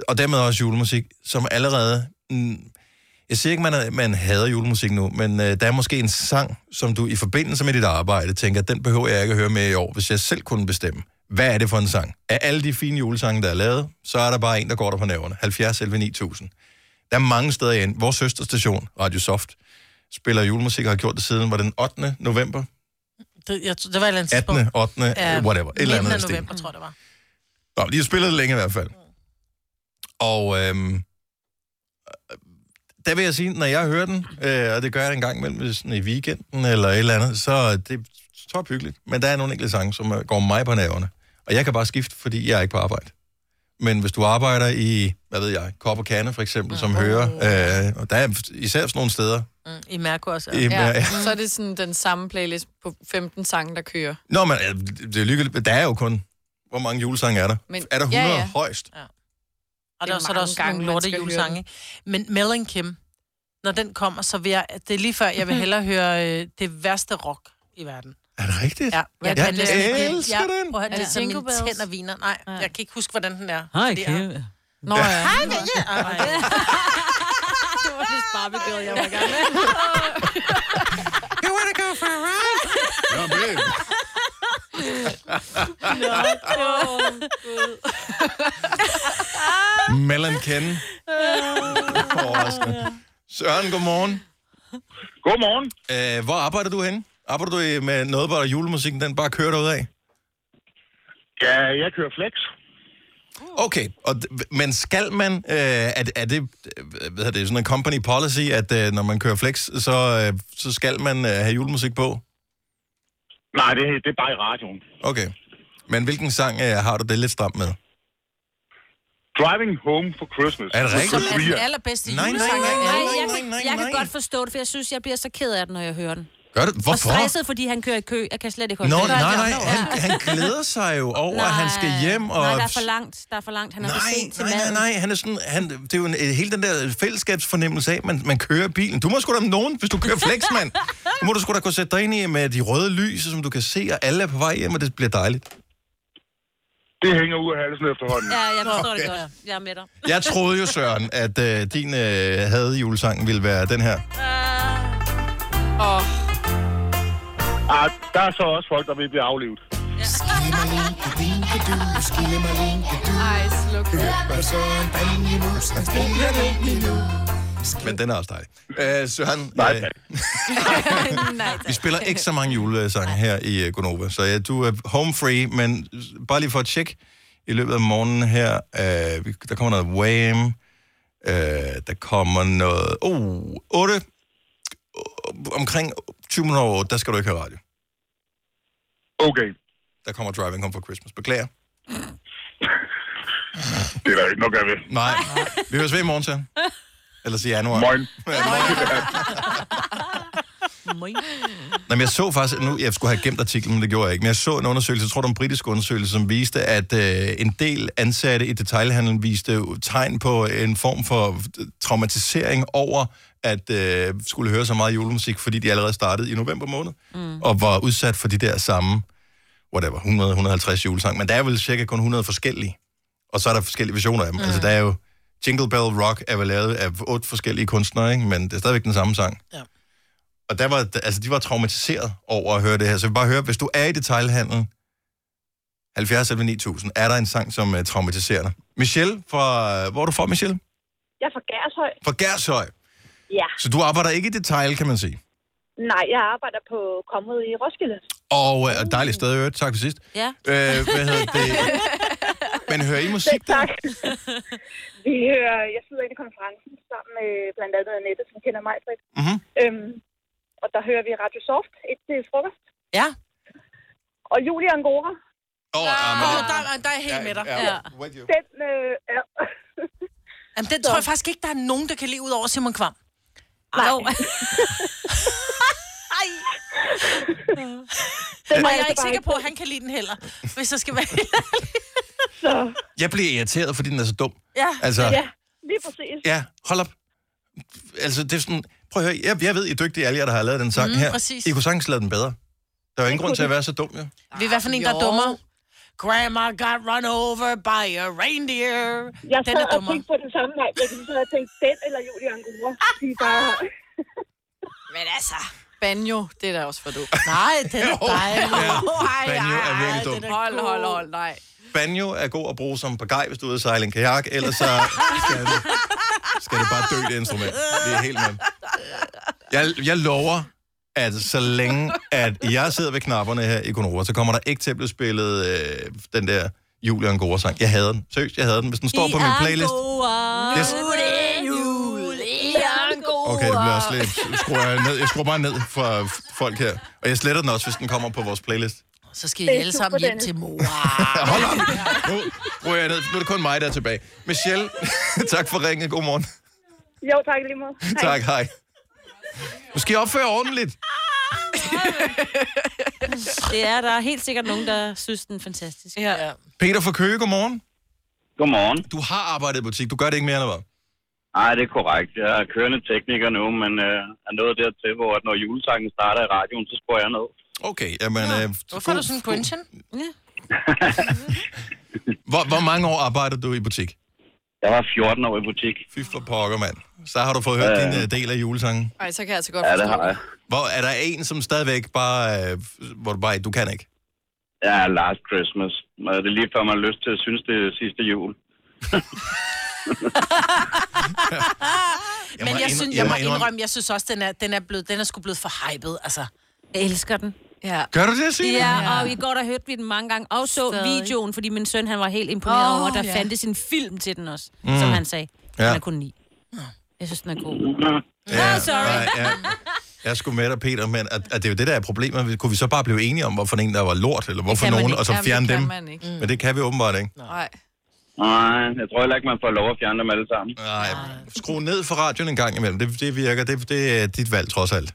Speaker 1: Og dermed også julemusik, som allerede... Mm, jeg siger ikke, man, er, man hader julemusik nu, men øh, der er måske en sang, som du i forbindelse med dit arbejde tænker, den behøver jeg ikke at høre med i år, hvis jeg selv kunne bestemme. Hvad er det for en sang? Af alle de fine julesange, der er lavet, så er der bare en, der går der på næverne. 70 11 9000. Der er mange steder ind. Vores søsterstation, Radio Soft, spiller julemusik og har gjort det siden, var det den 8. november?
Speaker 3: Det, jeg, tror- det var et eller andet
Speaker 1: 18. 8. Ja, whatever. Et eller andet af
Speaker 3: af
Speaker 1: den stil.
Speaker 3: november, tror jeg, det var.
Speaker 1: Nå, de har spillet det længe i hvert fald. Og øhm, øh, der vil jeg sige, når jeg hører den, øh, og det gør jeg en gang imellem hvis sådan i weekenden eller et eller andet, så er det tophyggeligt. Men der er nogle enkelte sange, som øh, går mig på nerverne. Og jeg kan bare skifte, fordi jeg er ikke på arbejde. Men hvis du arbejder i, hvad ved jeg, Kop og Kande for eksempel, som hører, øh, og der er især sådan nogle steder.
Speaker 3: Mm, I mærker også.
Speaker 1: I, ja.
Speaker 2: Ja. Så er det sådan den samme playlist på 15 sange, der kører.
Speaker 1: Nå, men øh, det er lykkeligt, men der er jo kun, hvor mange julesange er der? Men,
Speaker 2: Men-
Speaker 1: er der
Speaker 2: ja,
Speaker 1: 100 ja,
Speaker 2: ja.
Speaker 1: ja. højst?
Speaker 3: Og der,
Speaker 2: Det er
Speaker 3: er så er der
Speaker 2: mange
Speaker 3: også
Speaker 2: gange,
Speaker 3: nogle
Speaker 2: man
Speaker 3: lorte
Speaker 2: skal høre
Speaker 3: julesange. Men Mel and Kim, når den kommer, så vil jeg... Det er lige før, jeg vil hellere høre øh, det værste rock i verden.
Speaker 1: Er det rigtigt?
Speaker 3: Ja,
Speaker 1: jeg,
Speaker 3: kan
Speaker 1: jeg
Speaker 3: næsten ikke-
Speaker 1: elsker
Speaker 3: ja,
Speaker 1: den.
Speaker 3: Prøv at høre,
Speaker 2: Er
Speaker 3: det
Speaker 2: det
Speaker 3: er som
Speaker 2: Jingle
Speaker 3: mine
Speaker 2: Bells?
Speaker 3: tænder viner. Nej, jeg kan ikke huske, hvordan den er.
Speaker 4: Hej,
Speaker 3: fordi jeg-
Speaker 4: kæmpe.
Speaker 2: Nå ja.
Speaker 3: Ej, nej.
Speaker 4: Det var vist Barbie Girl, jeg var gerne.
Speaker 1: You wanna go for a ride? Nå, babe. Mellem kende. Overraskende. Søren, godmorgen.
Speaker 8: Godmorgen.
Speaker 1: Øh, hvor arbejder du henne? Arbejder du i- med noget, hvor julemusikken den bare kører ud af?
Speaker 8: Ja, jeg kører flex.
Speaker 1: Okay, og, d- men skal man, øh, er, det- er det, øh, hvad hedder det sådan en company policy, at øh, når man kører flex, så, øh, så skal man øh, have julemusik på?
Speaker 8: Nej, det, det er bare i radioen.
Speaker 1: Okay. Men hvilken sang øh, har du det lidt stramt med?
Speaker 8: Driving home for Christmas.
Speaker 1: Er det rigtigt?
Speaker 3: Som er den allerbedste
Speaker 1: Nej, nej,
Speaker 3: julesang.
Speaker 1: nej, nej.
Speaker 4: Nej, jeg, kan,
Speaker 1: nej,
Speaker 4: jeg kan
Speaker 1: nej.
Speaker 4: godt forstå det, for jeg synes, jeg bliver så ked af den, når jeg hører den.
Speaker 1: Gør det?
Speaker 4: Og
Speaker 1: Hvorfor?
Speaker 4: stresset, fordi han kører i kø. Jeg kan slet ikke holde
Speaker 1: Nå,
Speaker 4: det.
Speaker 1: nej, nej, han, han glæder sig jo over, at han skal hjem. Og...
Speaker 4: Nej, der er for langt. Der er for langt. Han er for
Speaker 1: Nej,
Speaker 4: sent til
Speaker 1: nej, nej,
Speaker 4: maden.
Speaker 1: nej, han er sådan, han, det er jo en, hele den der fællesskabsfornemmelse af, at man, man kører bilen. Du må sgu da om nogen, hvis du kører flex, mand. Du må du sgu da kunne sætte dig ind i med de røde lys, som du kan se, og alle er på vej hjem, og det bliver dejligt.
Speaker 8: Det hænger ud af halsen efterhånden.
Speaker 4: Ja, jeg forstår det godt. Jeg er med dig.
Speaker 1: Jeg troede jo, Søren, at øh, din øh, hadejulesang ville være den her.
Speaker 2: Og
Speaker 8: Ah, der er så også folk, der vil blive aflevet.
Speaker 2: ej, sluk.
Speaker 1: Men den er også dejlig. Øh, Søren,
Speaker 8: Nej,
Speaker 1: øh,
Speaker 8: tak.
Speaker 2: Nej, tak.
Speaker 1: Vi spiller ikke så mange julesange her i øh, Gonova, så ja, du er home free, men s- bare lige for at tjekke i løbet af morgenen her, øh, vi- der kommer noget Wham, øh, der kommer noget, oh, 8, omkring 20 minutter over 8, der skal du ikke have radio.
Speaker 8: Okay.
Speaker 1: Der kommer Driving Home for Christmas, beklager.
Speaker 8: Det er der ikke nok af ved.
Speaker 1: Nej, vi høres ved i morgen, Søren. Ellers i januar.
Speaker 8: Moin.
Speaker 1: Nå, men jeg så faktisk, nu, jeg skulle have gemt artiklen, men det gjorde jeg ikke, men jeg så en undersøgelse, jeg tror det var en britisk undersøgelse, som viste, at øh, en del ansatte i detailhandlen viste tegn på en form for øh, traumatisering over at øh, skulle høre så meget julemusik, fordi de allerede startede i november måned, mm. og var udsat for de der samme, whatever, 100-150 julesange. Men der er vel cirka kun 100 forskellige, og så er der forskellige versioner af dem. Mm. Altså, der er jo Jingle Bell Rock er vel lavet af otte forskellige kunstnere, ikke? men det er stadigvæk den samme sang.
Speaker 3: Ja.
Speaker 1: Og der var, altså, de var traumatiseret over at høre det her. Så jeg vil bare høre, hvis du er i detailhandlen, 70 eller 9000, er der en sang, som uh, traumatiserer dig. Michelle, fra, hvor er du fra, Michelle?
Speaker 9: Jeg er fra Gershøj.
Speaker 1: Fra Gershøj.
Speaker 9: Ja.
Speaker 1: Så du arbejder ikke i detail, kan man sige.
Speaker 9: Nej, jeg arbejder på kommet i Roskilde.
Speaker 1: Og uh, dejligt sted, i øvrigt. Tak for sidst.
Speaker 4: Ja.
Speaker 1: Uh, hvad hedder det? Men hører I musik der?
Speaker 9: Tak. Vi hører, jeg sidder inde i konferencen sammen med blandt andet Annette, som kender mig, Britt.
Speaker 1: Mhm.
Speaker 9: Øhm, og der hører vi Radio Soft et til frokost.
Speaker 3: Ja.
Speaker 9: Og Julia Angora,
Speaker 1: Åh, ja, men
Speaker 3: Åh,
Speaker 1: det-
Speaker 3: oh, der, der er jeg helt med dig. Ja.
Speaker 1: ja. With you.
Speaker 9: den øh, er...
Speaker 3: Jamen, den tror jeg faktisk ikke, der er nogen, der kan lide ud over Simon Kvam.
Speaker 4: Nej.
Speaker 9: Den
Speaker 3: Og
Speaker 9: er
Speaker 3: jeg
Speaker 9: altså
Speaker 3: er ikke
Speaker 9: bare
Speaker 3: sikker på, at han kan lide den heller, hvis jeg skal være
Speaker 9: Så,
Speaker 1: Jeg bliver irriteret, fordi den er så dum.
Speaker 3: Ja.
Speaker 1: Altså,
Speaker 9: ja, lige præcis.
Speaker 1: ja, hold op. Altså, det er sådan... Prøv at høre, jeg, jeg ved, I er dygtige, alle jer, der har lavet den sang
Speaker 3: Mm,
Speaker 1: her.
Speaker 3: præcis.
Speaker 1: I kunne sagtens lave den bedre. Der er jo ingen grund til at være så dum, jo.
Speaker 3: Vi er i hvert fald en, der er
Speaker 2: Jo.
Speaker 3: dummere. Grandma got run over by a reindeer.
Speaker 9: Jeg
Speaker 3: Den
Speaker 9: sad
Speaker 3: er
Speaker 9: og
Speaker 3: dummere.
Speaker 9: tænkte på den samme vej. Jeg kan lige så have tænkt den eller Julia Angora. De er bare...
Speaker 2: Men altså, banjo, det er da også for dumt.
Speaker 3: Nej, den er dejlig.
Speaker 1: Banjo er virkelig dum.
Speaker 2: Hold, hold, hold, nej.
Speaker 1: Banjo er god at bruge som pagaj, hvis du er ude at sejle en kajak, ellers så skal det, skal det bare dø, det instrument. Det er helt med. Jeg, jeg lover, at så længe at jeg sidder ved knapperne her i Konora, så kommer der ikke til at blive spillet øh, den der Julie Angora sang. Jeg havde den. Seriøst, jeg havde den. Hvis den står på min playlist...
Speaker 4: Angora,
Speaker 1: Yes.
Speaker 4: nu er det jul i Angora.
Speaker 1: Okay, det bliver slet... Skruer jeg, ned. jeg skruer bare ned for f- folk her. Og jeg sletter den også, hvis den kommer på vores playlist.
Speaker 3: Så skal I alle sammen hjem til mor.
Speaker 1: Hold op! Nu bruger jeg ned. Nu er det kun mig, der er tilbage. Michelle, tak for ringen. God morgen.
Speaker 9: Jo, tak i lige måde. Hej.
Speaker 1: Tak, hej. Nu skal I opføre ordentligt.
Speaker 4: Det er der er helt sikkert nogen, der synes, den er fantastisk.
Speaker 3: Ja. ja.
Speaker 1: Peter fra Køge, godmorgen.
Speaker 8: Godmorgen.
Speaker 1: Du har arbejdet i butik. Du gør det ikke mere, eller hvad?
Speaker 8: Nej, det er korrekt. Jeg er kørende tekniker nu, men øh, er nået dertil, hvor at når julesangen starter i radioen, så spørger jeg ned.
Speaker 1: Okay, jamen... Ja. Øh,
Speaker 3: Hvorfor er du sådan en Quentin?
Speaker 1: hvor, hvor mange år arbejdede du i butik?
Speaker 8: Jeg var 14 år i butik.
Speaker 1: Fy for pokker, mand. Så har du fået hørt
Speaker 8: Ja,
Speaker 1: ja.
Speaker 8: ja.
Speaker 1: din øh, del af julesangen.
Speaker 2: Ej, så kan jeg altså godt
Speaker 8: Ja,
Speaker 2: forstå
Speaker 8: det har jeg.
Speaker 1: Hvor er der en, som stadigvæk bare... Øh, hvor du bare... Du kan ikke.
Speaker 8: Ja, Last Christmas. Og Det er lige før, man har lyst til at synes, det er sidste jul.
Speaker 1: Jeg må
Speaker 3: Men jeg,
Speaker 1: ind-
Speaker 3: synes, jeg, må indrømme, jeg synes også, den er, den er, blevet, den er sgu blevet for hypet, altså.
Speaker 4: Jeg elsker den.
Speaker 2: Ja.
Speaker 1: Gør du det, Signe?
Speaker 4: Ja, og i går der hørte vi den mange gange, og så
Speaker 3: Stadig.
Speaker 4: videoen, fordi min søn han var helt imponeret
Speaker 2: Åh,
Speaker 4: over, der
Speaker 2: ja.
Speaker 4: fandtes en film til den også, mm. som han sagde. Ja.
Speaker 1: Ja.
Speaker 4: Han er kun ni. Jeg synes, den er god.
Speaker 1: Ja,
Speaker 4: Nå, sorry.
Speaker 1: nej, ja. Jeg er sgu med dig, Peter, men at, at det er jo det, der er problemet. Kunne vi så bare blive enige om, hvorfor en, der var lort, eller hvorfor
Speaker 4: kan Mm. man
Speaker 1: nogen,
Speaker 4: ikke.
Speaker 1: og så
Speaker 2: Jamen,
Speaker 1: fjerne
Speaker 2: det
Speaker 1: dem?
Speaker 2: kan man ikke.
Speaker 1: Men det kan vi åbenbart ikke.
Speaker 2: Nej.
Speaker 8: Nej, jeg tror heller ikke, man får lov at fjerne dem alle sammen.
Speaker 1: Nej, skru ned for radioen en gang imellem. Det, det virker. Det, det er dit valg, trods alt.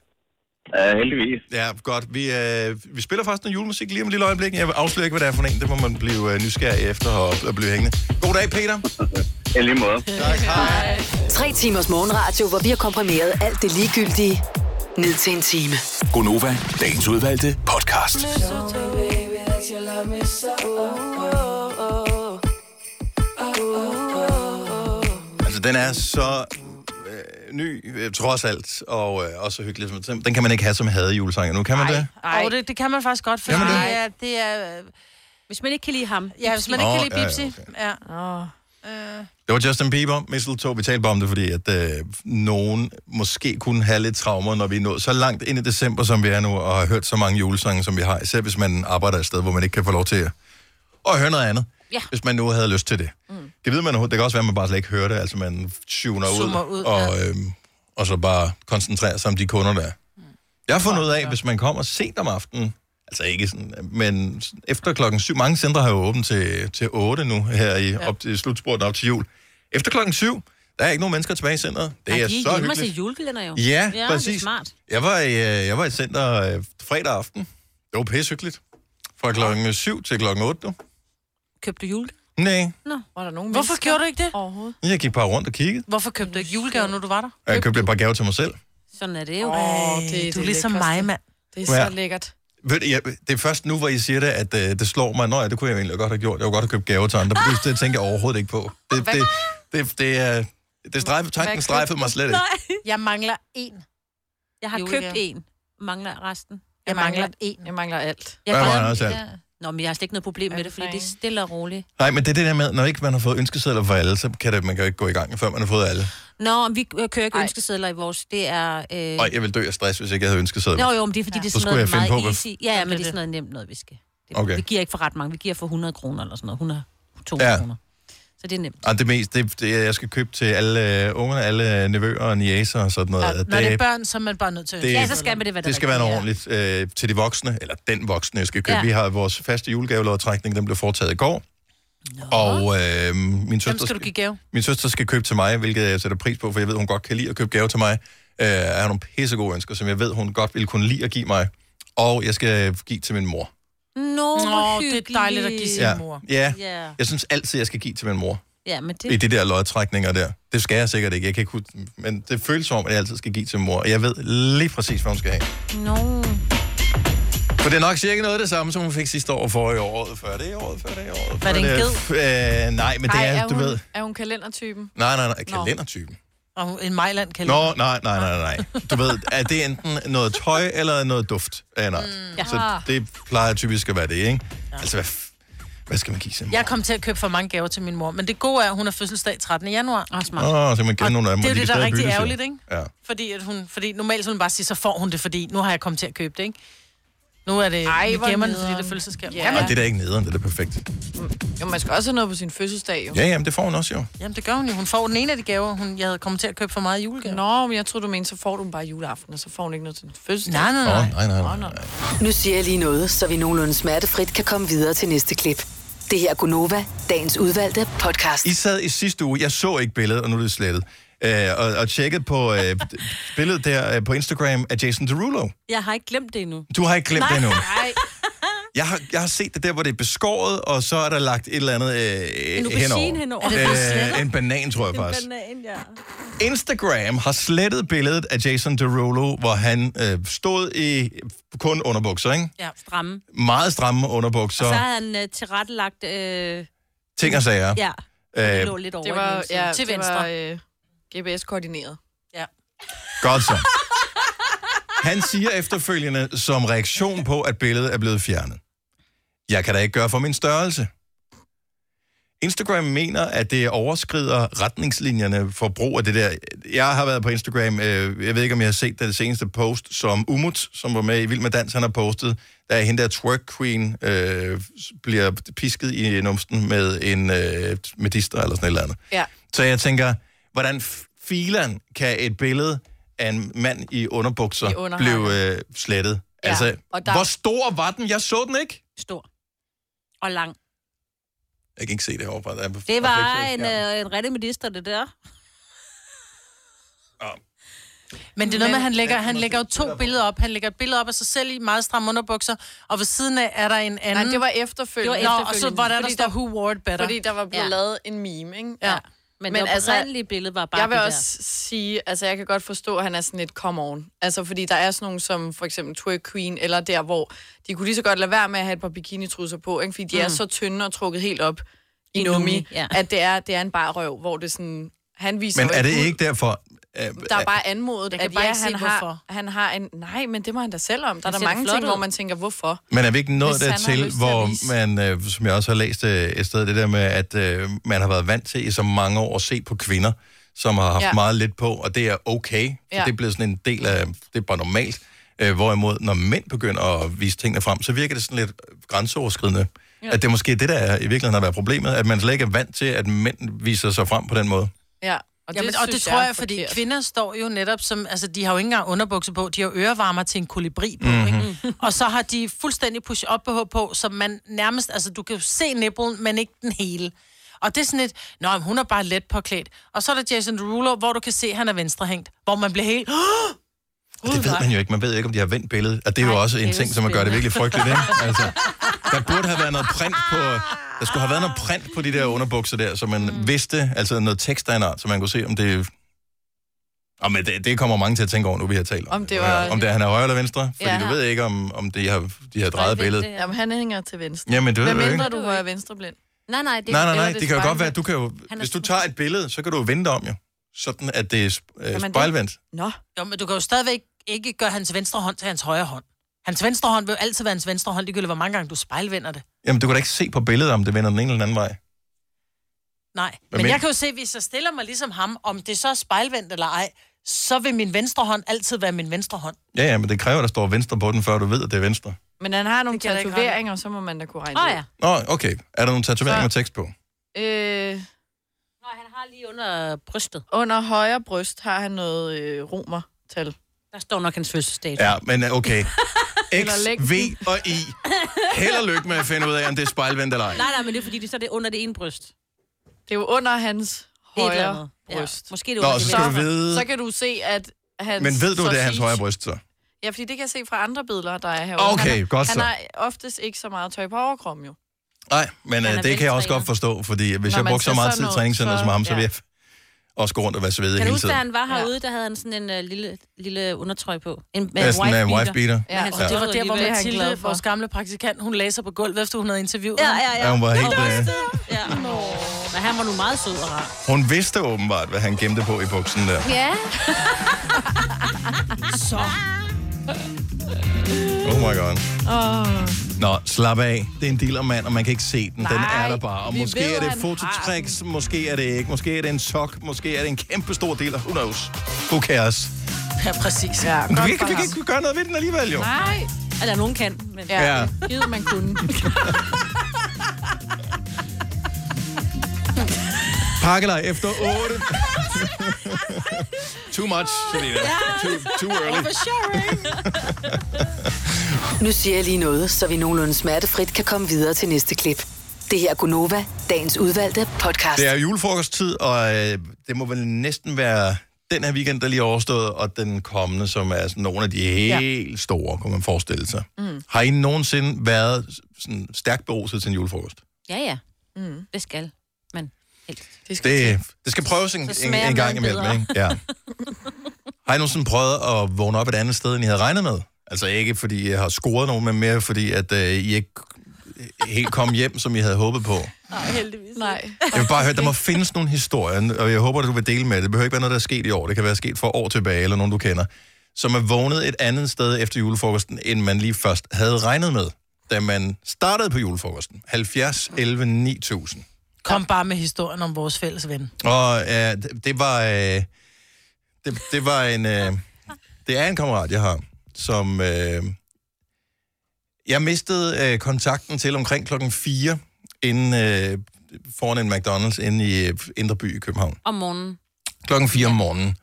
Speaker 8: Ja, heldigvis.
Speaker 1: Ja, godt. Vi, øh, vi spiller faktisk noget julemusik lige om et lille øjeblik. Jeg afslører ikke, hvad det er for en. Det må man blive øh, nysgerrig efter og, og blive hængende. God dag, Peter.
Speaker 8: Ja, lige måde.
Speaker 1: Tak. Hej.
Speaker 5: Tre timers morgenradio, hvor vi har komprimeret alt det ligegyldige ned til en time.
Speaker 6: Gonova, dagens udvalgte podcast.
Speaker 1: Altså, den er så øh, ny, øh, trods alt, og øh, også så hyggelig. som- som- Den kan man ikke have som havde julesanger. Nu kan man det?
Speaker 3: Og det, det kan man faktisk godt, for
Speaker 1: Kan
Speaker 3: det?
Speaker 1: man det?
Speaker 3: er, det er...
Speaker 4: Hvis man ikke kan lide ham,
Speaker 3: Ja, hvis man ikke
Speaker 1: Nå,
Speaker 3: kan lide
Speaker 1: ja, ja,
Speaker 3: Bipsi. Ja,
Speaker 1: Det var Justin Bieber, Mistletoe. Vi talte bare om det, fordi at øh, nogen måske kunne have lidt traumer, når vi er nået så langt ind i december, som vi er nu, og har hørt så mange julesange, som vi har. Især hvis man arbejder et sted, hvor man ikke kan få lov til at, at høre noget andet.
Speaker 4: Ja.
Speaker 1: Hvis man nu havde lyst til det. Mm. Det ved man overhovedet. Det kan også være, at man bare slet ikke hører det. Altså man tuner
Speaker 3: Zoomer
Speaker 1: ud,
Speaker 3: ud,
Speaker 1: og, øh, og så bare koncentrerer sig om de kunder, der er. Jeg har fundet ud af, hvis man kommer sent om aftenen, altså ikke sådan, men efter klokken syv, mange centre har jo åbent til, til 8 nu, her i ja. op til slutspurten op til jul. Efter klokken syv, der er ikke nogen mennesker tilbage i centret. Det er
Speaker 4: de
Speaker 1: så
Speaker 4: gemmer sig i
Speaker 1: hyggeligt.
Speaker 4: julekalender jo.
Speaker 1: Ja,
Speaker 4: det er
Speaker 1: præcis.
Speaker 4: smart.
Speaker 1: Jeg var, i, øh, jeg var i et center øh, fredag aften. Det var pissehyggeligt. Fra klokken 7 til klokken 8 nu.
Speaker 4: Købte du jule?
Speaker 1: Nej.
Speaker 4: Nå.
Speaker 2: Var der nogen
Speaker 3: Hvorfor
Speaker 2: mennesker
Speaker 3: gjorde du ikke det?
Speaker 2: Overhovedet.
Speaker 1: Jeg gik bare rundt og kiggede.
Speaker 3: Hvorfor købte du ikke julegaver, når du var der?
Speaker 1: Og jeg købte et par gaver til mig selv.
Speaker 4: Sådan er det jo.
Speaker 2: Åh, det,
Speaker 3: Ej,
Speaker 2: det
Speaker 3: du er ligesom
Speaker 2: lækreste.
Speaker 3: mig, mand.
Speaker 2: Det er så
Speaker 1: Ja.
Speaker 2: lækkert.
Speaker 1: Ved du, jeg, det er først nu, hvor I siger det, at øh, det slår mig. Nå ja, det kunne jeg jo egentlig godt have gjort. Jeg kunne godt have købt gaver til andre. Men det, det tænker jeg overhovedet ikke på. Det, det, det, det, er... det strejf, tanken
Speaker 2: købte
Speaker 1: strejfede mig slet ikke.
Speaker 3: Jeg mangler en.
Speaker 4: Jeg har
Speaker 3: Julegave.
Speaker 4: købt en. Mangler resten.
Speaker 3: Jeg mangler en.
Speaker 2: Jeg mangler alt.
Speaker 1: Hvad var
Speaker 4: kan-
Speaker 1: det også alt?
Speaker 4: Nå, men jeg har slet ikke noget problem med det, fordi det er stille og roligt.
Speaker 1: Nej, men det er det der med, når ikke man har fået ønskesedler for alle, så kan det, man kan jo ikke gå i gang, før man har fået alle.
Speaker 4: Nå, vi kører ikke
Speaker 2: Ej.
Speaker 4: ønskesedler i vores. Det er... Øh...
Speaker 1: Og jeg vil dø af stress, hvis ikke jeg havde ønskesedler.
Speaker 4: Nå jo, men det er fordi, ja. det er
Speaker 1: Så
Speaker 4: sådan
Speaker 1: skulle
Speaker 4: noget
Speaker 1: jeg finde
Speaker 4: meget
Speaker 1: på, hvad-
Speaker 4: easy. Ja, ja,
Speaker 3: det
Speaker 4: men det
Speaker 3: er
Speaker 4: er
Speaker 3: det.
Speaker 4: sådan noget nemt noget, vi skal. Det,
Speaker 1: Okay.
Speaker 4: Vi giver ikke for ret mange. Vi giver for 100 kroner eller sådan noget. 100, 200
Speaker 1: Ja.
Speaker 4: ja. kroner. Så det er nemt.
Speaker 1: Og det mest, det, det jeg skal købe til alle øh, ungerne, alle nevøer og niaser og sådan noget.
Speaker 3: Ja,
Speaker 1: det,
Speaker 3: når det er børn, så er man bare nødt til at
Speaker 1: det-
Speaker 4: Øh, Ja, så skal man det være
Speaker 1: det skal være noget ordentligt øh, til de voksne, eller den voksne, jeg skal købe. Ja.
Speaker 4: Ja.
Speaker 1: Vi har vores faste julegavelodtrækning, den blev foretaget i går. Og øh, min,
Speaker 3: Hvem
Speaker 1: søster,
Speaker 3: skal du give gave?
Speaker 1: min søster skal købe til mig, hvilket jeg sætter pris på, for jeg ved, hun godt kan lide at købe gave til mig. Øh, jeg har nogle pissegode ønsker, som jeg ved, hun godt ville kunne lide at give mig. Og jeg skal give til min mor.
Speaker 4: Nå,
Speaker 3: Nå,
Speaker 4: hvor
Speaker 3: det er dejligt at give sin
Speaker 1: Ja.
Speaker 3: mor.
Speaker 1: Ja.
Speaker 4: Ja.
Speaker 1: Jeg synes altid, jeg skal give til min mor.
Speaker 4: ja, men det...
Speaker 1: i de der lodtrækninger der. Det skal jeg sikkert ikke. Jeg kan ikke huske, men det føles som om, at jeg altid skal give til mor. Og jeg ved lige præcis, hvad hun skal have.
Speaker 4: Nå.
Speaker 1: For det er nok cirka noget af det samme, som hun fik sidste år for i året før. Det er året før, det er året før.
Speaker 3: det en
Speaker 1: ged? Øh, nej, men det
Speaker 2: Ej,
Speaker 1: er,
Speaker 2: er,
Speaker 1: du
Speaker 2: hun,
Speaker 1: ved...
Speaker 2: er hun kalendertypen?
Speaker 1: Nej, nej, nej. Kalendertypen.
Speaker 3: Og hun- en Mejland kan lide.
Speaker 1: Nå, nej, nej, nej, nej. Du ved, er det enten noget tøj eller noget duft af en art? Mm. Så det plejer typisk at være det, ikke? Altså, hvad, f- hvad skal man give til mor?
Speaker 3: Jeg kom til at købe for mange gaver til min mor, men det gode er, at hun har fødselsdag 13. januar.
Speaker 4: Åh, smart.
Speaker 1: Åh, oh, så kan man kender nogle af dem.
Speaker 3: det er
Speaker 1: og
Speaker 3: jo
Speaker 1: de kan
Speaker 3: det, der er
Speaker 1: stadig
Speaker 3: rigtig
Speaker 1: byttes jo.
Speaker 3: ærgerligt, ikke?
Speaker 1: Ja.
Speaker 3: Fordi, at hun, fordi normalt så vil hun bare sige, så får hun det, fordi nu har jeg kommet til at købe det, ikke? Nu er det,
Speaker 2: Ej,
Speaker 3: Ej,
Speaker 2: hvor
Speaker 3: vi gemmer det, fordi
Speaker 2: nederen.
Speaker 3: det er fødselsdagsgave.
Speaker 2: Ja.
Speaker 1: Jamen, det er da ikke nederen, det er da perfekt.
Speaker 3: Mm.
Speaker 2: Jo, man skal også have noget på sin fødselsdag, jo.
Speaker 1: Ja, jamen, det får hun også jo.
Speaker 3: Jamen, det gør hun jo. Hun får den ene af de gaver, hun, jeg havde kommet til at købe for meget i julegave.
Speaker 2: Nå, men jeg tror du mener, så får du den bare juleaften, og så får hun ikke noget til din fødselsdag.
Speaker 3: Nej, nej,
Speaker 1: Åh, nej, nej,
Speaker 3: nej.
Speaker 1: nej.
Speaker 2: Nå, nå,
Speaker 1: nej.
Speaker 2: nå.
Speaker 5: Nu siger jeg lige noget, så vi nogenlunde smertefrit kan komme videre til næste klip. Det her er Gunova, dagens udvalgte podcast.
Speaker 1: I sad i sidste uge, jeg så ikke billedet, og nu er det slettet, øh, og, og tjekkede på øh, billedet der øh, på Instagram af Jason Derulo.
Speaker 4: Jeg har ikke glemt det endnu.
Speaker 1: Du har ikke glemt det endnu.
Speaker 4: Nej.
Speaker 1: Jeg har, jeg har set det der, hvor det er beskåret, og så er der lagt et eller andet øh,
Speaker 4: aubergine
Speaker 1: henover.
Speaker 4: henover. Er det bare
Speaker 1: Øh, en banan, tror jeg faktisk.
Speaker 4: Banan, ja.
Speaker 1: Instagram har slettet billedet af Jason Derulo, hvor han øh, stod i kun underbukser, ikke?
Speaker 4: Stramme.
Speaker 1: Meget stramme
Speaker 4: Så,
Speaker 1: underbukser,
Speaker 4: så havde han øh, tilrettelagt... Øh,
Speaker 1: ting og sager.
Speaker 4: ja, det
Speaker 1: Øh,
Speaker 4: lå lidt over
Speaker 2: Det
Speaker 4: i
Speaker 2: var,
Speaker 4: venstre.
Speaker 2: ja,
Speaker 3: Til
Speaker 2: det
Speaker 3: venstre.
Speaker 2: var øh, GPS-koordineret.
Speaker 1: Godt så. Han siger efterfølgende som reaktion på, at billedet er blevet fjernet. Jeg kan da ikke gøre for min størrelse. Instagram mener, at det overskrider retningslinjerne for brug af det der. Jeg har været på Instagram, øh, jeg ved ikke, om jeg har set det, det seneste post, som Umut, som var med i Vild Med Dans, han har postet, da hende der twerk queen øh, bliver pisket i numsten med en øh, medister eller sådan et eller andet.
Speaker 2: Ja.
Speaker 1: Så jeg tænker, hvordan f- filan kan et billede af en mand i underbukser
Speaker 2: I
Speaker 1: I
Speaker 2: underhakker.
Speaker 1: blive øh, slettet? Ja,
Speaker 2: Ja,
Speaker 1: altså, der...
Speaker 2: og der-
Speaker 1: hvor stor var den? Jeg så den ikke.
Speaker 4: Stor. Og lang.
Speaker 1: Jeg kan ikke se det overfra. Der er
Speaker 4: Det var
Speaker 1: reflekser i
Speaker 4: en,
Speaker 1: skærmen.
Speaker 4: øh, en rigtig minister, det der.
Speaker 3: Men det er noget med, at han lægger,
Speaker 1: Ja,
Speaker 3: han
Speaker 1: måske.
Speaker 3: lægger jo to billeder op. Han lægger et billede op af sig selv i meget stramme underbukser, og ved siden af er der en anden.
Speaker 2: Nej, det var efterfølgende.
Speaker 4: Det
Speaker 3: Nå,
Speaker 4: var
Speaker 3: og så var der, der
Speaker 2: Fordi
Speaker 3: står, who wore it better.
Speaker 2: Fordi der var blevet
Speaker 4: Ja.
Speaker 2: lavet en meme, ikke?
Speaker 3: Ja.
Speaker 4: Men,
Speaker 2: Men
Speaker 4: men det
Speaker 2: altså-
Speaker 4: oprindelige billede var bare
Speaker 2: Jeg vil
Speaker 4: det
Speaker 2: også sige, altså jeg kan godt forstå, at han er sådan lidt come on. Altså fordi der er sådan nogle som for eksempel Twerk Queen, eller der, hvor de kunne lige så godt lade være med at have et par bikinitrusser på, ikke? fordi de mm. er så tynde og trukket helt op i,
Speaker 4: I
Speaker 2: I
Speaker 4: nummi,
Speaker 2: nummi,
Speaker 4: ja.
Speaker 2: at det er, det er en barrøv, hvor det sådan, han viser
Speaker 1: Men
Speaker 2: jo
Speaker 1: er det
Speaker 2: ud.
Speaker 1: ikke derfor... Øh,
Speaker 2: Der er bare anmodet,
Speaker 3: Jeg kan
Speaker 2: at
Speaker 3: bare
Speaker 2: ja,
Speaker 3: ikke se,
Speaker 2: han, har,
Speaker 3: hvorfor.
Speaker 2: han har en... Nej, men det må han da selv om. Der
Speaker 4: Han
Speaker 2: er der
Speaker 4: ser da
Speaker 2: mange
Speaker 4: flot
Speaker 2: ting,
Speaker 4: ud.
Speaker 2: hvor man tænker, hvorfor?
Speaker 1: Men er vi ikke nået
Speaker 2: Hvis han har
Speaker 1: dertil,
Speaker 2: lyst til at
Speaker 1: hvor
Speaker 2: vise.
Speaker 1: man, øh, som jeg også har læst øh, et sted, det der med, at øh, man har været vant til i så mange år at se på kvinder, som har haft ja.
Speaker 2: Ja.
Speaker 1: meget lidt på, og det er okay, for ja.
Speaker 2: Ja.
Speaker 1: det er blevet sådan en del af, det er bare normalt. Øh, hvorimod, når mænd begynder at vise tingene frem, så virker det sådan lidt grænseoverskridende. Ja. At det er måske det, der er, i virkeligheden har været problemet, at man slet ikke er vant til, at mænd viser sig frem på den måde.
Speaker 2: Ja, og det,
Speaker 3: Jamen,
Speaker 2: synes
Speaker 3: og det tror
Speaker 2: er
Speaker 3: jeg, fordi
Speaker 2: forkert.
Speaker 3: kvinder står jo netop som... Altså, de har jo ikke engang underbukser på. De har jo ørevarmer til en kolibri på, mm-hmm. ikke? Og så har de fuldstændig push-up-BH på, så man nærmest... Altså, du kan jo se nipplen, men ikke den hele. Og det er sådan lidt... Nå, men hun er bare let påklædt. Og så er der Jason Derulo, hvor du kan se, at han er venstrehængt. Hvor man bliver helt...
Speaker 1: Og det ved man jo ikke. Man ved jo ikke, om de har vendt billedet. Og det er jo også en ting, som man gør det virkelig frygteligt. Ikke? Altså, Der burde have været noget print på... Der skulle have været noget print på de der underbukser der, så man mm. vidste, altså noget tekst af en art, så man kunne se, om det... Og men det, det kommer mange til at tænke over, nu vi har talt om.
Speaker 2: Om det var-
Speaker 1: Ja, om det, han er højre eller venstre. Fordi
Speaker 2: Ja.
Speaker 1: ja. du ved ikke, om, om de, har, de har drejet
Speaker 4: Hvad er
Speaker 1: billedet.
Speaker 4: det?
Speaker 2: Jamen, han hænger til venstre.
Speaker 1: Jamen, det ved
Speaker 2: Hvad
Speaker 1: du
Speaker 2: mindre
Speaker 1: ikke.
Speaker 2: du var venstreblind?
Speaker 4: Nej, nej, det,
Speaker 1: Nej, nej,
Speaker 4: det var
Speaker 1: nej. Det kan jo godt være, at du kan jo...
Speaker 4: er
Speaker 1: Hvis du tager et billede, så kan du jo vende det om, jo. Sådan, at det er sp- øh,
Speaker 2: det?
Speaker 1: spejlvendt.
Speaker 2: Nå,
Speaker 3: Jo, men du kan jo stadigvæk ikke gøre hans venstre hånd til hans højre hånd. Hans venstre hånd vil jo altid være hans venstre hånd, ligegyldigt hvor mange gange du spejlvender det.
Speaker 1: Jamen, du kan da ikke se på billedet, om det vender den ene eller den anden vej.
Speaker 3: Nej,
Speaker 1: Hvad
Speaker 3: men
Speaker 1: men-
Speaker 3: jeg kan jo se, hvis jeg stiller mig ligesom ham, om det så er spejlvendt eller ej, så vil min venstre hånd altid være min venstre hånd.
Speaker 1: Ja, ja, men det kræver, at der står venstre på den, før du ved, at det er venstre.
Speaker 2: men han har nogle
Speaker 3: kan jeg da ikke
Speaker 2: tatoveringer, så må man da kunne regne
Speaker 4: Åh
Speaker 2: det
Speaker 4: ja.
Speaker 1: Nå, okay. Er der nogle tatoveringer
Speaker 2: Så-
Speaker 1: med tekst på?
Speaker 2: ud. Øh,
Speaker 4: Nå, han har lige under brystet.
Speaker 2: under højre bryst har han noget øh, romertal.
Speaker 4: Der står nok hans fødselsdato.
Speaker 1: Ja, men øh, okay. X,
Speaker 2: Eller længden.
Speaker 1: V og I. Held og lykke med at finde ud af, om det er spejlvendt eller ej.
Speaker 4: Nej, nej, men det er fordi, det, så er det under det ene bryst. Det
Speaker 2: Det er jo under hans
Speaker 4: er et eller
Speaker 2: højre
Speaker 4: andet.
Speaker 2: bryst.
Speaker 4: Måske er det
Speaker 1: Nå,
Speaker 4: under
Speaker 1: så
Speaker 4: det
Speaker 1: skal du
Speaker 4: venstre.
Speaker 1: vide...
Speaker 2: Så kan du se, at han...
Speaker 1: Men ved du, det er hans højre bryst, så?
Speaker 2: Ja, fordi det kan jeg se fra andre billeder, der er herude.
Speaker 1: Okay,
Speaker 2: han,
Speaker 1: godt
Speaker 2: han
Speaker 1: så.
Speaker 2: har oftest ikke så meget tøj på overkroppen, jo.
Speaker 1: Nej, men
Speaker 4: Han er
Speaker 1: øh, det kan jeg også
Speaker 4: veltrænet.
Speaker 1: godt forstå, fordi hvis
Speaker 2: Når
Speaker 1: jeg
Speaker 2: man
Speaker 1: brugte så
Speaker 2: ser
Speaker 1: meget
Speaker 2: sådan
Speaker 1: tid i
Speaker 2: ud,
Speaker 1: træningscenteret
Speaker 2: så-
Speaker 1: som ham, så
Speaker 2: ja.
Speaker 1: ville jeg også gå rundt og være svedig
Speaker 4: Kan du
Speaker 1: hele
Speaker 4: huske, da
Speaker 1: tiden.
Speaker 4: han var herude, der havde han sådan en øh, lille, lille undertrøj på? En,
Speaker 1: Ja, sådan en øh, wife beater.
Speaker 4: Ja, han,
Speaker 2: Ja.
Speaker 4: ja.
Speaker 3: Det var der, hvor
Speaker 2: Det er han glad
Speaker 3: Mathilde,
Speaker 2: for.
Speaker 3: vores gamle praktikant, hun lagde sig på gulvet, efter hun havde interviewet
Speaker 4: Ja,
Speaker 3: ham.
Speaker 4: ja, ja.
Speaker 1: Ja, hun var helt... Øh,
Speaker 4: ja. Men han var nu meget sød og rar.
Speaker 1: hun vidste åbenbart, hvad han gemte på i buksen der.
Speaker 4: Ja.
Speaker 1: Oh my god. Oh. Nå, slap af. Det er en dealermand, og man kan ikke se den. Den
Speaker 2: Nej,
Speaker 1: er der bare. Og
Speaker 2: vi
Speaker 1: måske
Speaker 2: ved,
Speaker 1: er det
Speaker 2: han
Speaker 1: fototricks, måske er det ikke. Måske er det en sok, måske er det en kæmpe stor dealer. Who knows? Who cares?
Speaker 3: ja præcis.
Speaker 2: Ja,
Speaker 1: Men
Speaker 2: godt
Speaker 1: vi kan,
Speaker 2: for
Speaker 1: vi kan
Speaker 2: ham.
Speaker 1: ikke gøre noget ved den alligevel, jo.
Speaker 2: Nej,
Speaker 4: Eller nogen kan, men...
Speaker 2: ja,
Speaker 1: Ja.
Speaker 2: ja. givet man kunne.
Speaker 1: Pakkelej efter 8. too much, Selina. Too, too early.
Speaker 5: Nu siger jeg lige noget, så vi nogenlunde smertefrit kan komme videre til næste klip. Det her er Gunova, dagens udvalgte podcast.
Speaker 1: Det er julefrokosttid, og øh, det må vel næsten være den her weekend, der lige er overstået, og den kommende, som er sådan nogle af de helt ja. store, kunne man forestille sig. Mm. Har I nogensinde været s- sådan stærkt beruset til en julefrokost?
Speaker 4: Ja, ja. Mm. Det skal man helst.
Speaker 1: Det, det skal prøves en, en,
Speaker 4: smager
Speaker 1: en gang
Speaker 4: maden
Speaker 1: imellem,
Speaker 4: bedre.
Speaker 1: ikke? Ja. Har I nogensinde prøvet at vågne op et andet sted, end I havde regnet med? Altså ikke fordi jeg har scoret nogen, men mere fordi, at øh, I ikke helt kom hjem, som I havde håbet på.
Speaker 2: Nej.
Speaker 1: Jeg vil bare høre, der må findes nogle historier, og jeg håber, at du vil dele med det. Det behøver ikke være noget, der er sket i år. Det kan være sket for år tilbage, eller nogen, du kender. Som er vågnet et andet sted efter julefrokosten, end man lige først havde regnet med, da man startede på julefrokosten. 70, 11, 9000.
Speaker 3: Kom bare med historien om vores fælles ven.
Speaker 1: Og øh, det- det var... Øh, det, det var en... Øh, det er en kammerat, jeg har, som... Øh, jeg mistede øh, kontakten til omkring klokken 4 inden, øh, foran en McDonald's inde i øh, Indre By i København.
Speaker 4: Om morgenen.
Speaker 1: klokken 4 om morgenen.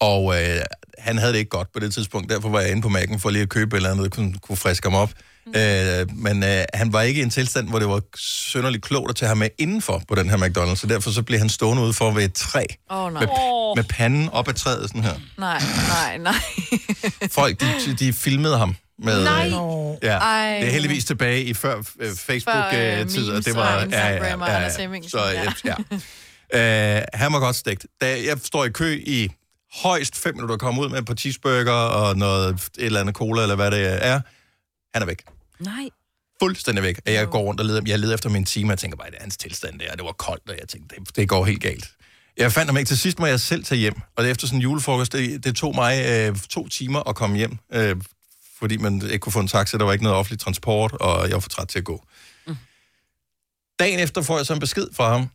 Speaker 1: Og øh, han havde det ikke godt på det tidspunkt, derfor var jeg inde på mærken for lige at købe et eller andet, der kunne, kunne friske ham op. Mm. Øh, men øh, han var ikke i en tilstand, hvor det var synderligt klogt at tage ham med indenfor på den her McDonald's, så derfor så blev han stående ude for ved et træ
Speaker 2: Åh, oh, nej.
Speaker 1: med, med panden op ad træet sådan her.
Speaker 2: Nej, nej, nej.
Speaker 1: Folk, de, de filmede ham med...
Speaker 2: Nej.
Speaker 1: Øh, ja.
Speaker 2: Ej.
Speaker 1: Det er heldigvis tilbage i før øh,
Speaker 2: Før, øh,
Speaker 1: Facebook-tid, og det
Speaker 2: memes
Speaker 1: var...
Speaker 2: og Instagram og Anders Hemmingsen,
Speaker 1: Så,
Speaker 2: ja.
Speaker 1: ja. ja. Øh, han var godt stegt. Da jeg står i kø i højst fem minutter, kommer ud med et par cheeseburger og noget, et eller andet cola, eller hvad det er. Han er væk.
Speaker 4: Nej.
Speaker 1: Fuldstændig væk. Jeg går rundt og leder, jeg leder efter min time, og jeg tænker bare, det er hans tilstand der, det var koldt, og jeg tænkte, det, det går helt galt. Jeg fandt ham ikke. Til sidst må jeg selv tage hjem, og efter sådan en julefrokost, det, det tog mig øh, to timer at komme hjem, øh, fordi man ikke kunne få en taxa, der var ikke noget offentlig transport, og jeg var for træt til at gå. Dagen efter får jeg så en besked fra ham.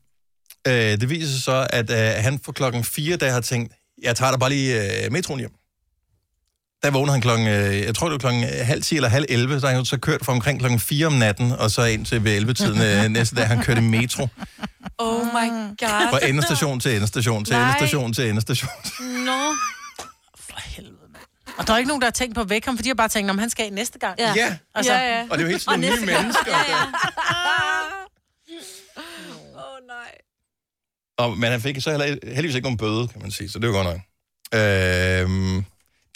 Speaker 1: Øh, det viser sig så, at øh, han for klokken 4, da jeg har tænkt, jeg tager da bare lige øh, metroen hjem. Der vågner han klokken, øh, jeg tror det var klokken halv 10 eller halv 11, så har han jo så kørt fra omkring klokken 4 om natten, og så ind til ved 11-tiden øh, næste dag, han kørte i metro.
Speaker 2: Oh my
Speaker 4: Ah.
Speaker 2: god.
Speaker 1: Fra endestation til endestation, til
Speaker 2: Nej.
Speaker 1: endestation til endestation.
Speaker 4: Nå.
Speaker 3: For helvede, mand. Og der er ikke nogen, der har tænkt på at vække ham, for de har bare tænkt, om han skal næste gang.
Speaker 4: Ja.
Speaker 1: Ja,
Speaker 3: Altså,
Speaker 2: Ja, ja.
Speaker 1: og det er jo helt sådan nogle nye mennesker.
Speaker 2: Åh, oh, nej.
Speaker 1: Og, men han fik så heller, heldigvis ikke nogen bøde, kan man sige, så det var godt nok. Øhm,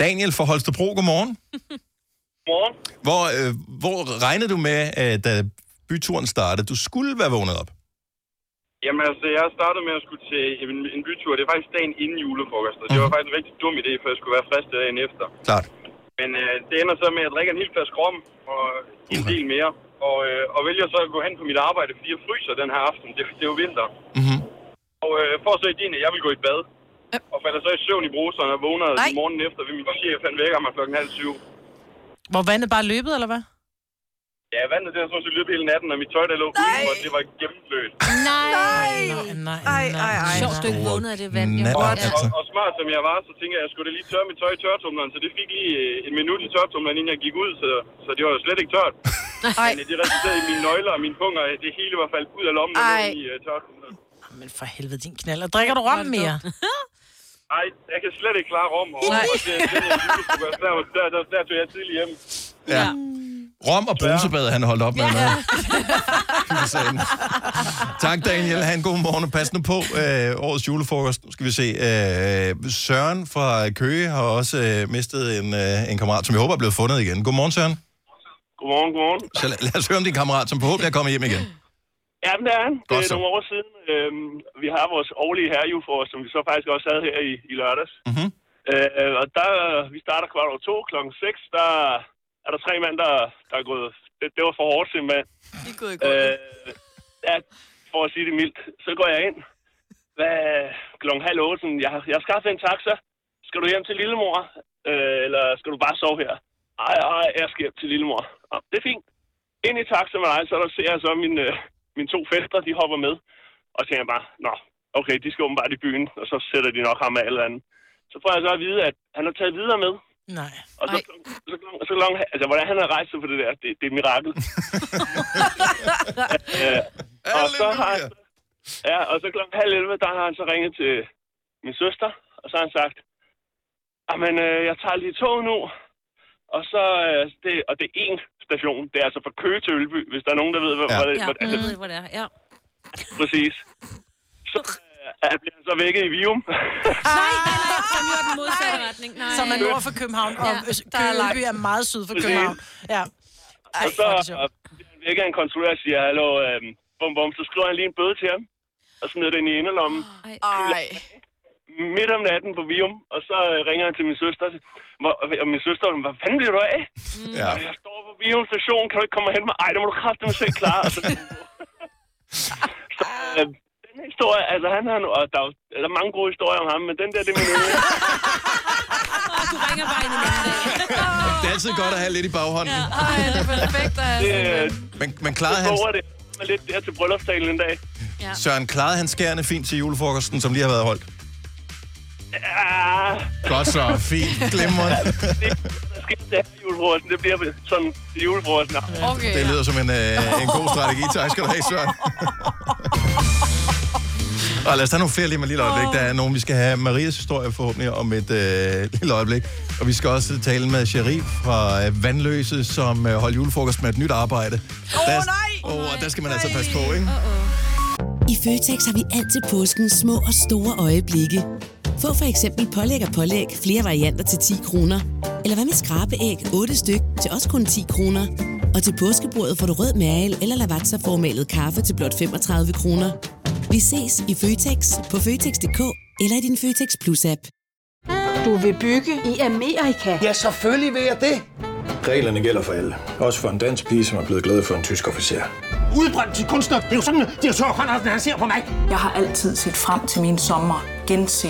Speaker 1: Daniel fra Holstebro, godmorgen.
Speaker 10: Godmorgen.
Speaker 1: Hvor, øh, hvor regnede du med, at da byturen startede, du skulle være vågnet op?
Speaker 10: Jamen altså, jeg startede med at skulle til en, en bytur. Det er faktisk dagen inden julefrokosten. Det var faktisk en rigtig dum idé, for jeg skulle være frisk dagen efter.
Speaker 1: Klart.
Speaker 10: Men øh, det ender så med, at jeg drikker en hel flaske rom og en del mere. Og, øh, og vælger så at gå hen på mit arbejde, fordi jeg fryser den her aften. Det, det er jo vinter.
Speaker 1: Mm-hmm.
Speaker 10: Og øh, får så ideen, at jeg vil gå i bad. Og falder så i søvn i bruseren og vågner morgenen efter, ved min chef han vækker mig klokken halv syv.
Speaker 3: Hvor vandet bare løbet, eller hvad?
Speaker 10: Ja, vandet det har sådan set løbet hele natten, og mit tøj, der lå ude, og det var gennemblødt.
Speaker 4: Nej.
Speaker 3: Nej, nej, nej. nej,
Speaker 4: nej. Sjovt, du ikke vågnede af det vand. Jeg
Speaker 10: Og,
Speaker 4: ja.
Speaker 10: og, og smart som jeg var, så tænkte jeg, at jeg skulle da lige tørre mit tøj i tørretumleren, så det fik lige øh, et minut i tørretumleren, inden jeg gik ud, så, så det var jo slet ikke tørt.
Speaker 2: Ej.
Speaker 10: Men øh, det resulterede i mine nøgler og mine punger, øh, det hele var faldet ud af lommen og
Speaker 3: Ej.
Speaker 10: ned i øh, tørretumleren.
Speaker 3: Men for helvede, din knaller. Drikker du rom mere?
Speaker 10: Ej, jeg kan slet ikke klare rum, og, og det, det, det, der, der, der, der, der tog jeg tidlig hjem.
Speaker 1: Ja. Rom og brusebad, han holdt op med. Ja. tak, Daniel. Ha' en god morgen, og pas nu på øh, årets julefrokost. Nu skal vi se. Øh, Søren fra Køge har også øh, mistet en, øh, en kammerat, som jeg håber er blevet fundet igen. Godmorgen, Søren.
Speaker 10: Godmorgen, godmorgen.
Speaker 1: Så lad, lad os høre om din kammerat, som forhåbentlig er kommet hjem igen.
Speaker 10: Ja, men det er han. Det
Speaker 1: Godt
Speaker 10: er
Speaker 1: så.
Speaker 10: nogle år siden. Øhm, vi har vores årlige herrejufrokost, som vi så faktisk også havde her i, i lørdags.
Speaker 1: Mm-hmm.
Speaker 10: Øh, og der, vi starter kvart over to, klokken seks, der er der tre mænd, der, der er gået... Det, det var for hårdt simpelthen.
Speaker 2: De er gået i
Speaker 10: Øh, ja, for at sige det mildt. Så går jeg ind. Hvad, klokken halv otte, sådan, jeg, jeg har skaffet en taxa. Skal du hjem til lillemor? Øh, eller skal du bare sove her? Ej, ej, jeg skal hjem til lillemor. Nå, det er fint. Ind i taxa med dig, så der ser jeg så mine, øh, mine to fætter, de hopper med. Og tænker jeg bare, nå, okay, de skal åbenbart i byen, og så sætter de nok ham af eller andet. Så får jeg så at vide, at han har taget videre med.
Speaker 3: Nej.
Speaker 10: Og så, så, så, så, så langt, altså, hvordan han har rejst sig for det der, det, det er et mirakel. øh, og så har han, ja, og så klokken halv 11, der har han så ringet til min søster, og så har han sagt, men øh, jeg tager lige toget nu, og så, øh, det, og det er én station, det er altså fra Køge til Ølby, hvis der er nogen, der ved, hvad,
Speaker 4: Ja.
Speaker 10: hvad,
Speaker 4: Ja,
Speaker 10: hvad, altså,
Speaker 4: jeg ved, hvor det er. Ja.
Speaker 10: præcis. Så øh, bliver han så vækket i Vium.
Speaker 4: Nej, nej, nej, som jo er den modsatte retning. Nej.
Speaker 3: Som er nord for København, og
Speaker 4: Ja.
Speaker 3: ja.
Speaker 4: Der er
Speaker 3: Købenby er meget syd for
Speaker 10: Præcis.
Speaker 3: København. Ja. Ej,
Speaker 10: og så vækker han kontrollør og siger, hallo, øhm, bum bum, så skriver han lige en bøde til ham, og smider den i inderlommen.
Speaker 2: Ej.
Speaker 10: Midt om natten på Vium, og så øh, ringer han til min søster, og siger, "Hvor- og min søster, hvad fanden bliver du af?
Speaker 2: Mm.
Speaker 1: Ja.
Speaker 10: Jeg står på Vium station, kan du ikke komme hen med? Ej, det må du kraftedeme selv klare. Og så, så øh, den her historie, altså han har, nu- og der er, jo- der er mange gode historier om ham, men den der, det er min yndling.
Speaker 4: Du ringer bare ind i
Speaker 1: Det er altid godt at have lidt i baghånden. Ja.
Speaker 2: Ej, det er perfekt altså. at have
Speaker 10: Det,
Speaker 2: sådan
Speaker 10: øh,
Speaker 2: en.
Speaker 1: Men, men klarede
Speaker 10: jeg
Speaker 1: han,
Speaker 10: håber, det er lidt der til bryllupsdagen en dag.
Speaker 1: Søren, klarede han skærende fint til julefrokosten, som lige har været holdt?
Speaker 10: Ah,
Speaker 1: Godt så. Fint. Glimrende.
Speaker 10: der sker det her i julefrokosten, det bliver sådan til julefrokosten.
Speaker 2: Okay,
Speaker 1: Det lyder som en, øh, en god strategi. Tak skal du have, Søren. Og lad os tage nogle flere lige med et lille øjeblik. Der er nogen, vi skal have Marias historie forhåbentlig om et øh, lille øjeblik. Og vi skal også tale med Sherif fra øh, Vandløse, som øh, holdt julefrokost med et nyt arbejde. Åh, oh, nej! Åh, oh, der skal man altså passe på, ikke?
Speaker 11: I Føtex har vi altid påsken små og store øjeblikke. Få for eksempel pålæg og pålæg flere varianter til 10 kroner. Eller hvad med skrabeæg 8 styk til også kun 10 kroner. Og til påskebordet får du rød mal eller lavatserformalet kaffe til blot 35 kroner. Vi ses i Føtex på Føtex.dk eller i din Føtex Plus-app.
Speaker 12: Du vil bygge i Amerika? Ja, selvfølgelig vil jeg det.
Speaker 13: Reglerne gælder for alle. Også for en dansk pige, som er blevet glad for en tysk officer.
Speaker 14: Udbrændt til kunstner. Det er jo sådan, at de har tørt, han ser på mig. Jeg har altid set frem til min sommer. Gense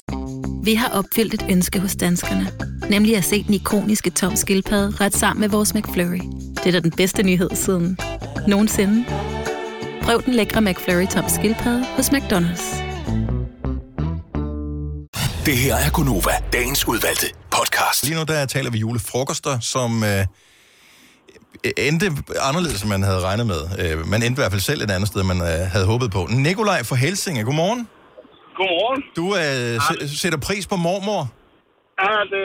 Speaker 15: Vi har opfyldt et ønske hos danskerne. Nemlig at se den ikoniske tom skildpadde ret sammen med vores McFlurry. Det er da den bedste nyhed siden nogensinde. Prøv den lækre McFlurry tom skildpadde hos McDonald's.
Speaker 6: Det her er Gonova, dagens udvalgte podcast.
Speaker 1: Lige nu, der taler vi julefrokoster, som... Øh, endte anderledes, end man havde regnet med. Øh, Man endte i hvert fald selv et andet sted, end man øh, havde håbet på. Nikolaj fra Helsinge, godmorgen.
Speaker 16: Godmorgen.
Speaker 1: Du øh, sæ- sætter pris på mormor.
Speaker 16: Ja, det,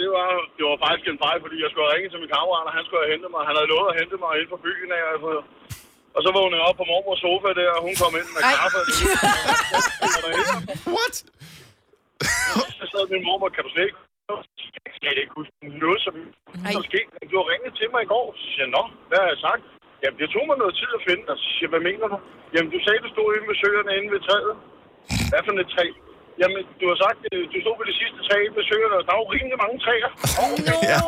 Speaker 16: det, var, det var faktisk en fejl, fordi jeg skulle have ringet til min kammerat, og han skulle have hentet mig. Han havde lovet at hente mig inden for byen af. Og, så- og så vågnede jeg op på mormors sofa der, og hun kom ind med kaffe. og det hele.
Speaker 1: What?
Speaker 16: Så sad min mormor, kan du slet ikke jeg kan slet ikke huske noget, som der skete. Du har ringet til mig i går. Så siger jeg, nå, hvad har jeg sagt? Jamen, det tog mig noget tid at finde dig. Så siger jeg, hvad mener du? Jamen, du sagde, du stod inde ved søerne inde ved træet. Hvad for et træ? Jamen, du har sagt, øh, du stod ved det sidste træ inde ved søerne, og der er jo rimelig mange træer. Oh,
Speaker 1: Ja.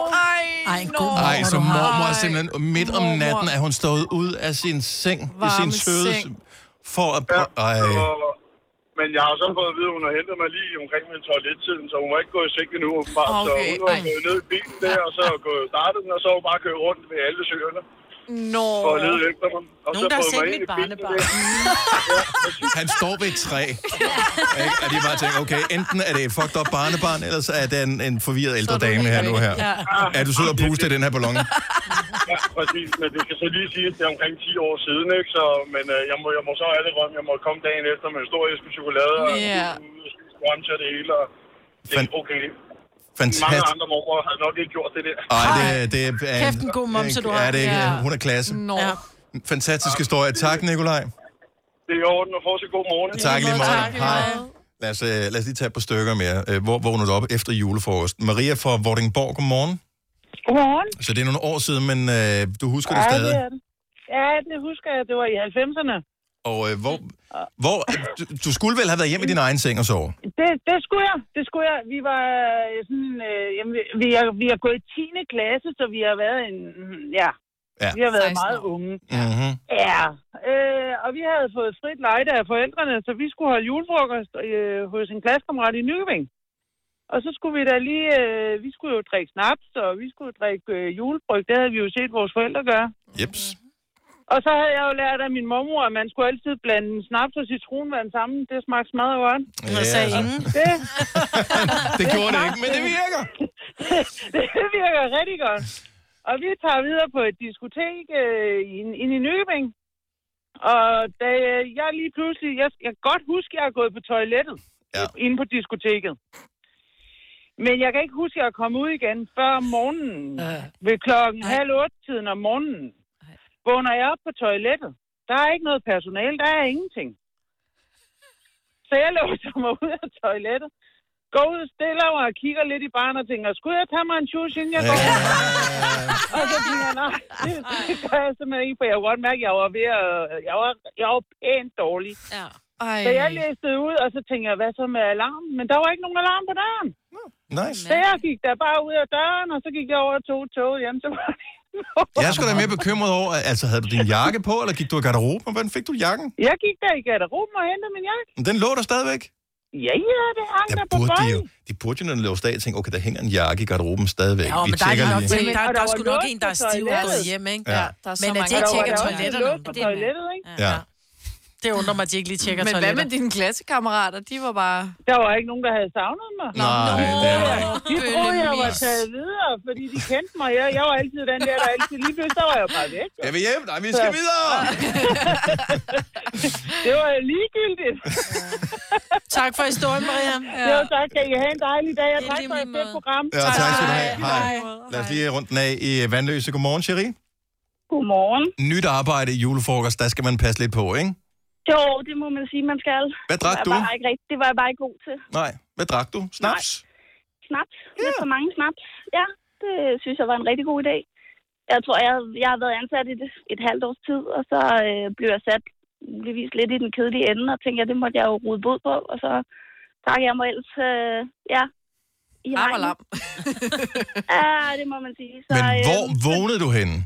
Speaker 2: Ej,
Speaker 16: no.
Speaker 1: Nej, så mormor er simpelthen midt om natten, er hun stået ud af sin seng, i
Speaker 16: Varme
Speaker 1: sin søde,
Speaker 16: seng.
Speaker 1: for at... Ej.
Speaker 16: Og- Men jeg har så fået at vide, at hun har hentet mig lige omkring min toilettiden, så hun må ikke gå i seng endnu, åbenbart. Okay, så
Speaker 2: Okay,
Speaker 16: hun var
Speaker 2: ej.
Speaker 16: gået ned i bilen der, og så gået startet den, og så har hun bare kørt rundt ved alle søerne.
Speaker 2: Nå.
Speaker 16: For at lede efter mig. Og
Speaker 2: Nogen,
Speaker 16: så
Speaker 2: der har
Speaker 16: fået
Speaker 2: set
Speaker 16: mig
Speaker 2: mit
Speaker 16: ind i bilen
Speaker 2: barnebarn.
Speaker 16: der.
Speaker 1: Han står ved et træ. Ikke? Og de bare tænker, okay, enten er det et fucked up barnebarn, eller så er det en, en forvirret ældre dame her nu her.
Speaker 16: Ja.
Speaker 1: Er du sød og puste i den her ballon? Øh,
Speaker 16: Ja, præcis. Men det skal så lige sige, at det er omkring 10 år siden, ikke? Så, men øh, jeg, må, jeg må så alle rømme. Jeg må komme dagen efter med en stor æske chokolade og
Speaker 2: Ja.
Speaker 16: rømme til det hele. Og det er okay. Mange
Speaker 1: Fantastisk.
Speaker 16: andre mormor har nok ikke gjort det der.
Speaker 1: Ej, det, det er...
Speaker 16: Kæft en god momse, du har.
Speaker 1: Er det ikke?
Speaker 16: Ja.
Speaker 1: Hun er klasse.
Speaker 16: Nå. Ja.
Speaker 1: Fantastisk historie. Tak, Nikolaj.
Speaker 16: Det er i orden, og fortsat god morgen.
Speaker 1: Tak, lige måde. Tak, lige måde. Hej. Lad os, øh, lad os lige tage et par stykker mere. Øh, Hvor vågner du op efter julefrokost? Maria fra Vordingborg, godmorgen.
Speaker 17: Godmorgen.
Speaker 1: Så det er nogle år siden, men øh, du husker det
Speaker 17: Ja,
Speaker 1: stadig.
Speaker 17: er den. Ja, det husker jeg. Det var i 90'erne.
Speaker 1: Og øh, hvor, hvor, du, du skulle vel have været hjemme i din egen seng og sove?
Speaker 17: Det, det skulle jeg. Det skulle jeg. Vi var øh, sådan... Øh, jamen, vi- vi, har, vi har gået i 10. klasse, så vi har været en... mm, Ja.
Speaker 1: Ja.
Speaker 17: Vi har været
Speaker 2: 16
Speaker 17: meget
Speaker 2: år.
Speaker 17: unge.
Speaker 1: Mm-hmm.
Speaker 17: Ja. Øh, og vi havde fået frit lejde af forældrene, så vi skulle holde julefrokost øh, hos en klassekammerat i Nykøbing. Og så skulle vi da lige... Øh, vi skulle jo drikke snaps, og vi skulle drikke øh, julebryg. Det havde vi jo set vores forældre gøre. Mhm.
Speaker 1: Jeps.
Speaker 17: Og så havde jeg jo lært af min mormor, at man skulle altid blande snaps og citronvand sammen. Det smagte smadret godt.
Speaker 1: Hvad sagde Ja. ingen?
Speaker 17: Det,
Speaker 1: Det gjorde det ikke, men det virker.
Speaker 17: det virker rigtig godt. Og vi tager videre på et diskotek øh, inde inde i Nykøbing. Og da jeg lige pludselig... Jeg, jeg kan godt huske, at jeg er gået på toilettet ja. inde på diskoteket. Men jeg kan ikke huske, at jeg er kommet ud igen før om morgenen. Øh. Ved klokken halv otte tiden om morgenen. Vågner jeg op på toilettet. Der er ikke noget personale. Der er ingenting. Så jeg låser mig ud af toilettet. Går ud stiller mig og kigger lidt i barnet og tænker, skulle jeg tage mig en shoes, inden jeg går? og så tænker jeg, nej, det, det gør jeg simpelthen ikke, for jeg kunne godt mærke, at jeg var, ved at, jeg var, jeg var pænt dårlig. Ja.
Speaker 2: Ej.
Speaker 17: Så jeg læste ud, og så tænkte jeg, hvad så med alarm? Men der var ikke nogen alarm på døren.
Speaker 1: Nice.
Speaker 17: Så jeg gik der bare ud af døren, og så gik jeg over og tog toget hjem til mig.
Speaker 1: Jeg skulle da mere bekymret over, altså havde du din jakke på, eller gik du i garderoben? Hvordan fik du jakken?
Speaker 17: Jeg gik der i garderoben og hentede min jakke.
Speaker 1: Men Den lå der stadigvæk.
Speaker 17: Ja, ja, det hang
Speaker 1: Der
Speaker 17: der, på
Speaker 1: burde de
Speaker 17: gulvet.
Speaker 1: jo, de burde jo, når de lå stadig, tænke, okay, der hænger en jakke i garderoben stadigvæk.
Speaker 3: Ja,
Speaker 1: Vi
Speaker 3: men der er,
Speaker 1: tjekker
Speaker 3: ikke nok
Speaker 1: lige.
Speaker 3: til, der,
Speaker 17: Men-
Speaker 3: der,
Speaker 17: og
Speaker 3: der
Speaker 17: der
Speaker 3: er
Speaker 17: var
Speaker 3: sgu nok
Speaker 17: låst
Speaker 3: en, der er
Speaker 17: på
Speaker 3: stiv og
Speaker 17: toilettet.
Speaker 3: gået hjem, ikke?
Speaker 1: Ja. Ja,
Speaker 2: der er så
Speaker 3: men at
Speaker 2: mange.
Speaker 3: de ikke
Speaker 2: Og der var
Speaker 3: tjekker
Speaker 2: da også
Speaker 3: toiletterne,
Speaker 17: låst på
Speaker 3: det er mærkeligt.
Speaker 17: toilettet, ikke?
Speaker 1: Ja.
Speaker 3: det undrer mig, at de ikke lige tjekker
Speaker 2: Men hvad
Speaker 3: toiletter.
Speaker 2: med dine klassekammerater? De var bare...
Speaker 17: Der var ikke nogen, der havde savnet mig.
Speaker 1: Nej, det er der ikke.
Speaker 17: De troede, jeg var taget videre, fordi de kendte mig. Jeg, jeg var altid den der, der altid lige pludselig, så var jeg bare væk.
Speaker 1: Jeg vil hjem. Nej, vi skal videre.
Speaker 17: Det var ligegyldigt.
Speaker 3: Tak for historien, Maria.
Speaker 17: Ja. Jo, tak. Kan I have en dejlig dag, og tak for et fedt program.
Speaker 1: Ja, tak skal du have. Hej. Lad os lige rundt den af i Vandløse. Godmorgen, Cherie.
Speaker 18: Godmorgen.
Speaker 1: Nyt arbejde i julefrokost, der skal man passe lidt på, ikke?
Speaker 18: Jo, det må man sige, man skal.
Speaker 1: Hvad drak
Speaker 18: det var
Speaker 1: du?
Speaker 18: jeg Bare ikke rigtig, det var jeg bare ikke god til.
Speaker 1: Nej. Hvad drak du? Snaps?
Speaker 18: Snaps. Lidt for mange snaps. Ja, det synes jeg var en rigtig god idé. Jeg tror, jeg, jeg har været ansat i et, et halvt års tid, og så øh, blev jeg sat muligvis lidt i den kedelige ende, og tænkte, at det måtte jeg jo rode bod på, og så trak jeg mig ellers, øh, ja, i
Speaker 2: Arm og
Speaker 18: regnen.
Speaker 2: lam.
Speaker 18: ja, det må man sige. Så,
Speaker 1: Men
Speaker 18: øh,
Speaker 1: hvor vågnede du henne?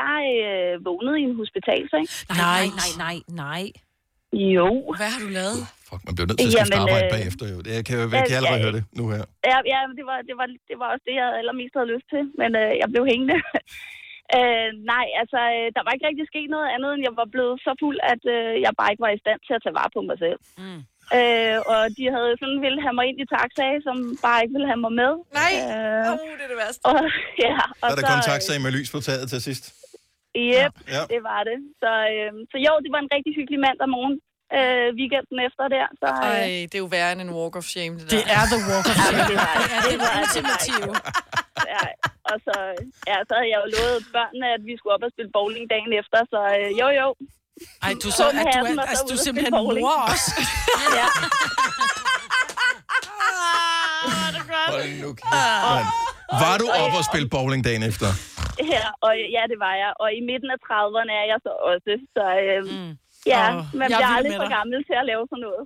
Speaker 18: Jeg øh, vågnede i en hospitalseng.
Speaker 4: Nej, nej, nej, nej, nej.
Speaker 18: Jo.
Speaker 2: Hvad har du lavet?
Speaker 1: Fuck, man bliver nødt til at
Speaker 18: Jamen,
Speaker 1: skifte arbejde
Speaker 18: øh,
Speaker 1: bagefter, jo. Det kan jeg, jeg kan
Speaker 18: ja,
Speaker 1: allerede
Speaker 18: ja.
Speaker 1: høre det nu her.
Speaker 18: Ja, ja men det, var, det, var, det var også det, jeg allermest havde lyst til, men øh, jeg blev hængende. øh, nej, altså, øh, der var ikke rigtig sket noget andet, end jeg var blevet så fuld, at øh, jeg bare ikke var i stand til at tage vare på mig selv. Mm. Øh, og de havde sådan ville have mig ind i taxaer, som bare ikke ville have mig med. Nej, øh, oh, det er det værste. Og, ja, og øh,
Speaker 1: Der er der kun taxa med lys på taget til sidst.
Speaker 18: Yep,
Speaker 1: Ja.
Speaker 18: ja. det var det. Så, øh, så jo, det var en rigtig hyggelig mandag morgen øh, weekenden efter der. Så, øh,
Speaker 2: Ej, det er jo værre end en walk of shame, det der.
Speaker 18: Det er the walk of shame.
Speaker 2: det var
Speaker 18: Ja, det var altså ultimative. Ja, og så, ja, så havde jeg jo lovet børnene, at vi skulle op og spille bowling dagen efter, så øh, jo jo.
Speaker 3: Ej, du er så- at du er- altså, du er simpelthen mor også.
Speaker 18: ja.
Speaker 1: Hold nu kæft, mand. Var du op og spille bowling dagen efter?
Speaker 18: ja, og ja, det var jeg. Og i midten af 30'erne er jeg så også, så øh, mm. ja,
Speaker 1: Åh,
Speaker 18: man
Speaker 1: jeg er
Speaker 18: bliver
Speaker 1: vild
Speaker 18: aldrig
Speaker 1: med
Speaker 18: for
Speaker 1: dig.
Speaker 18: gammel til at lave sådan noget.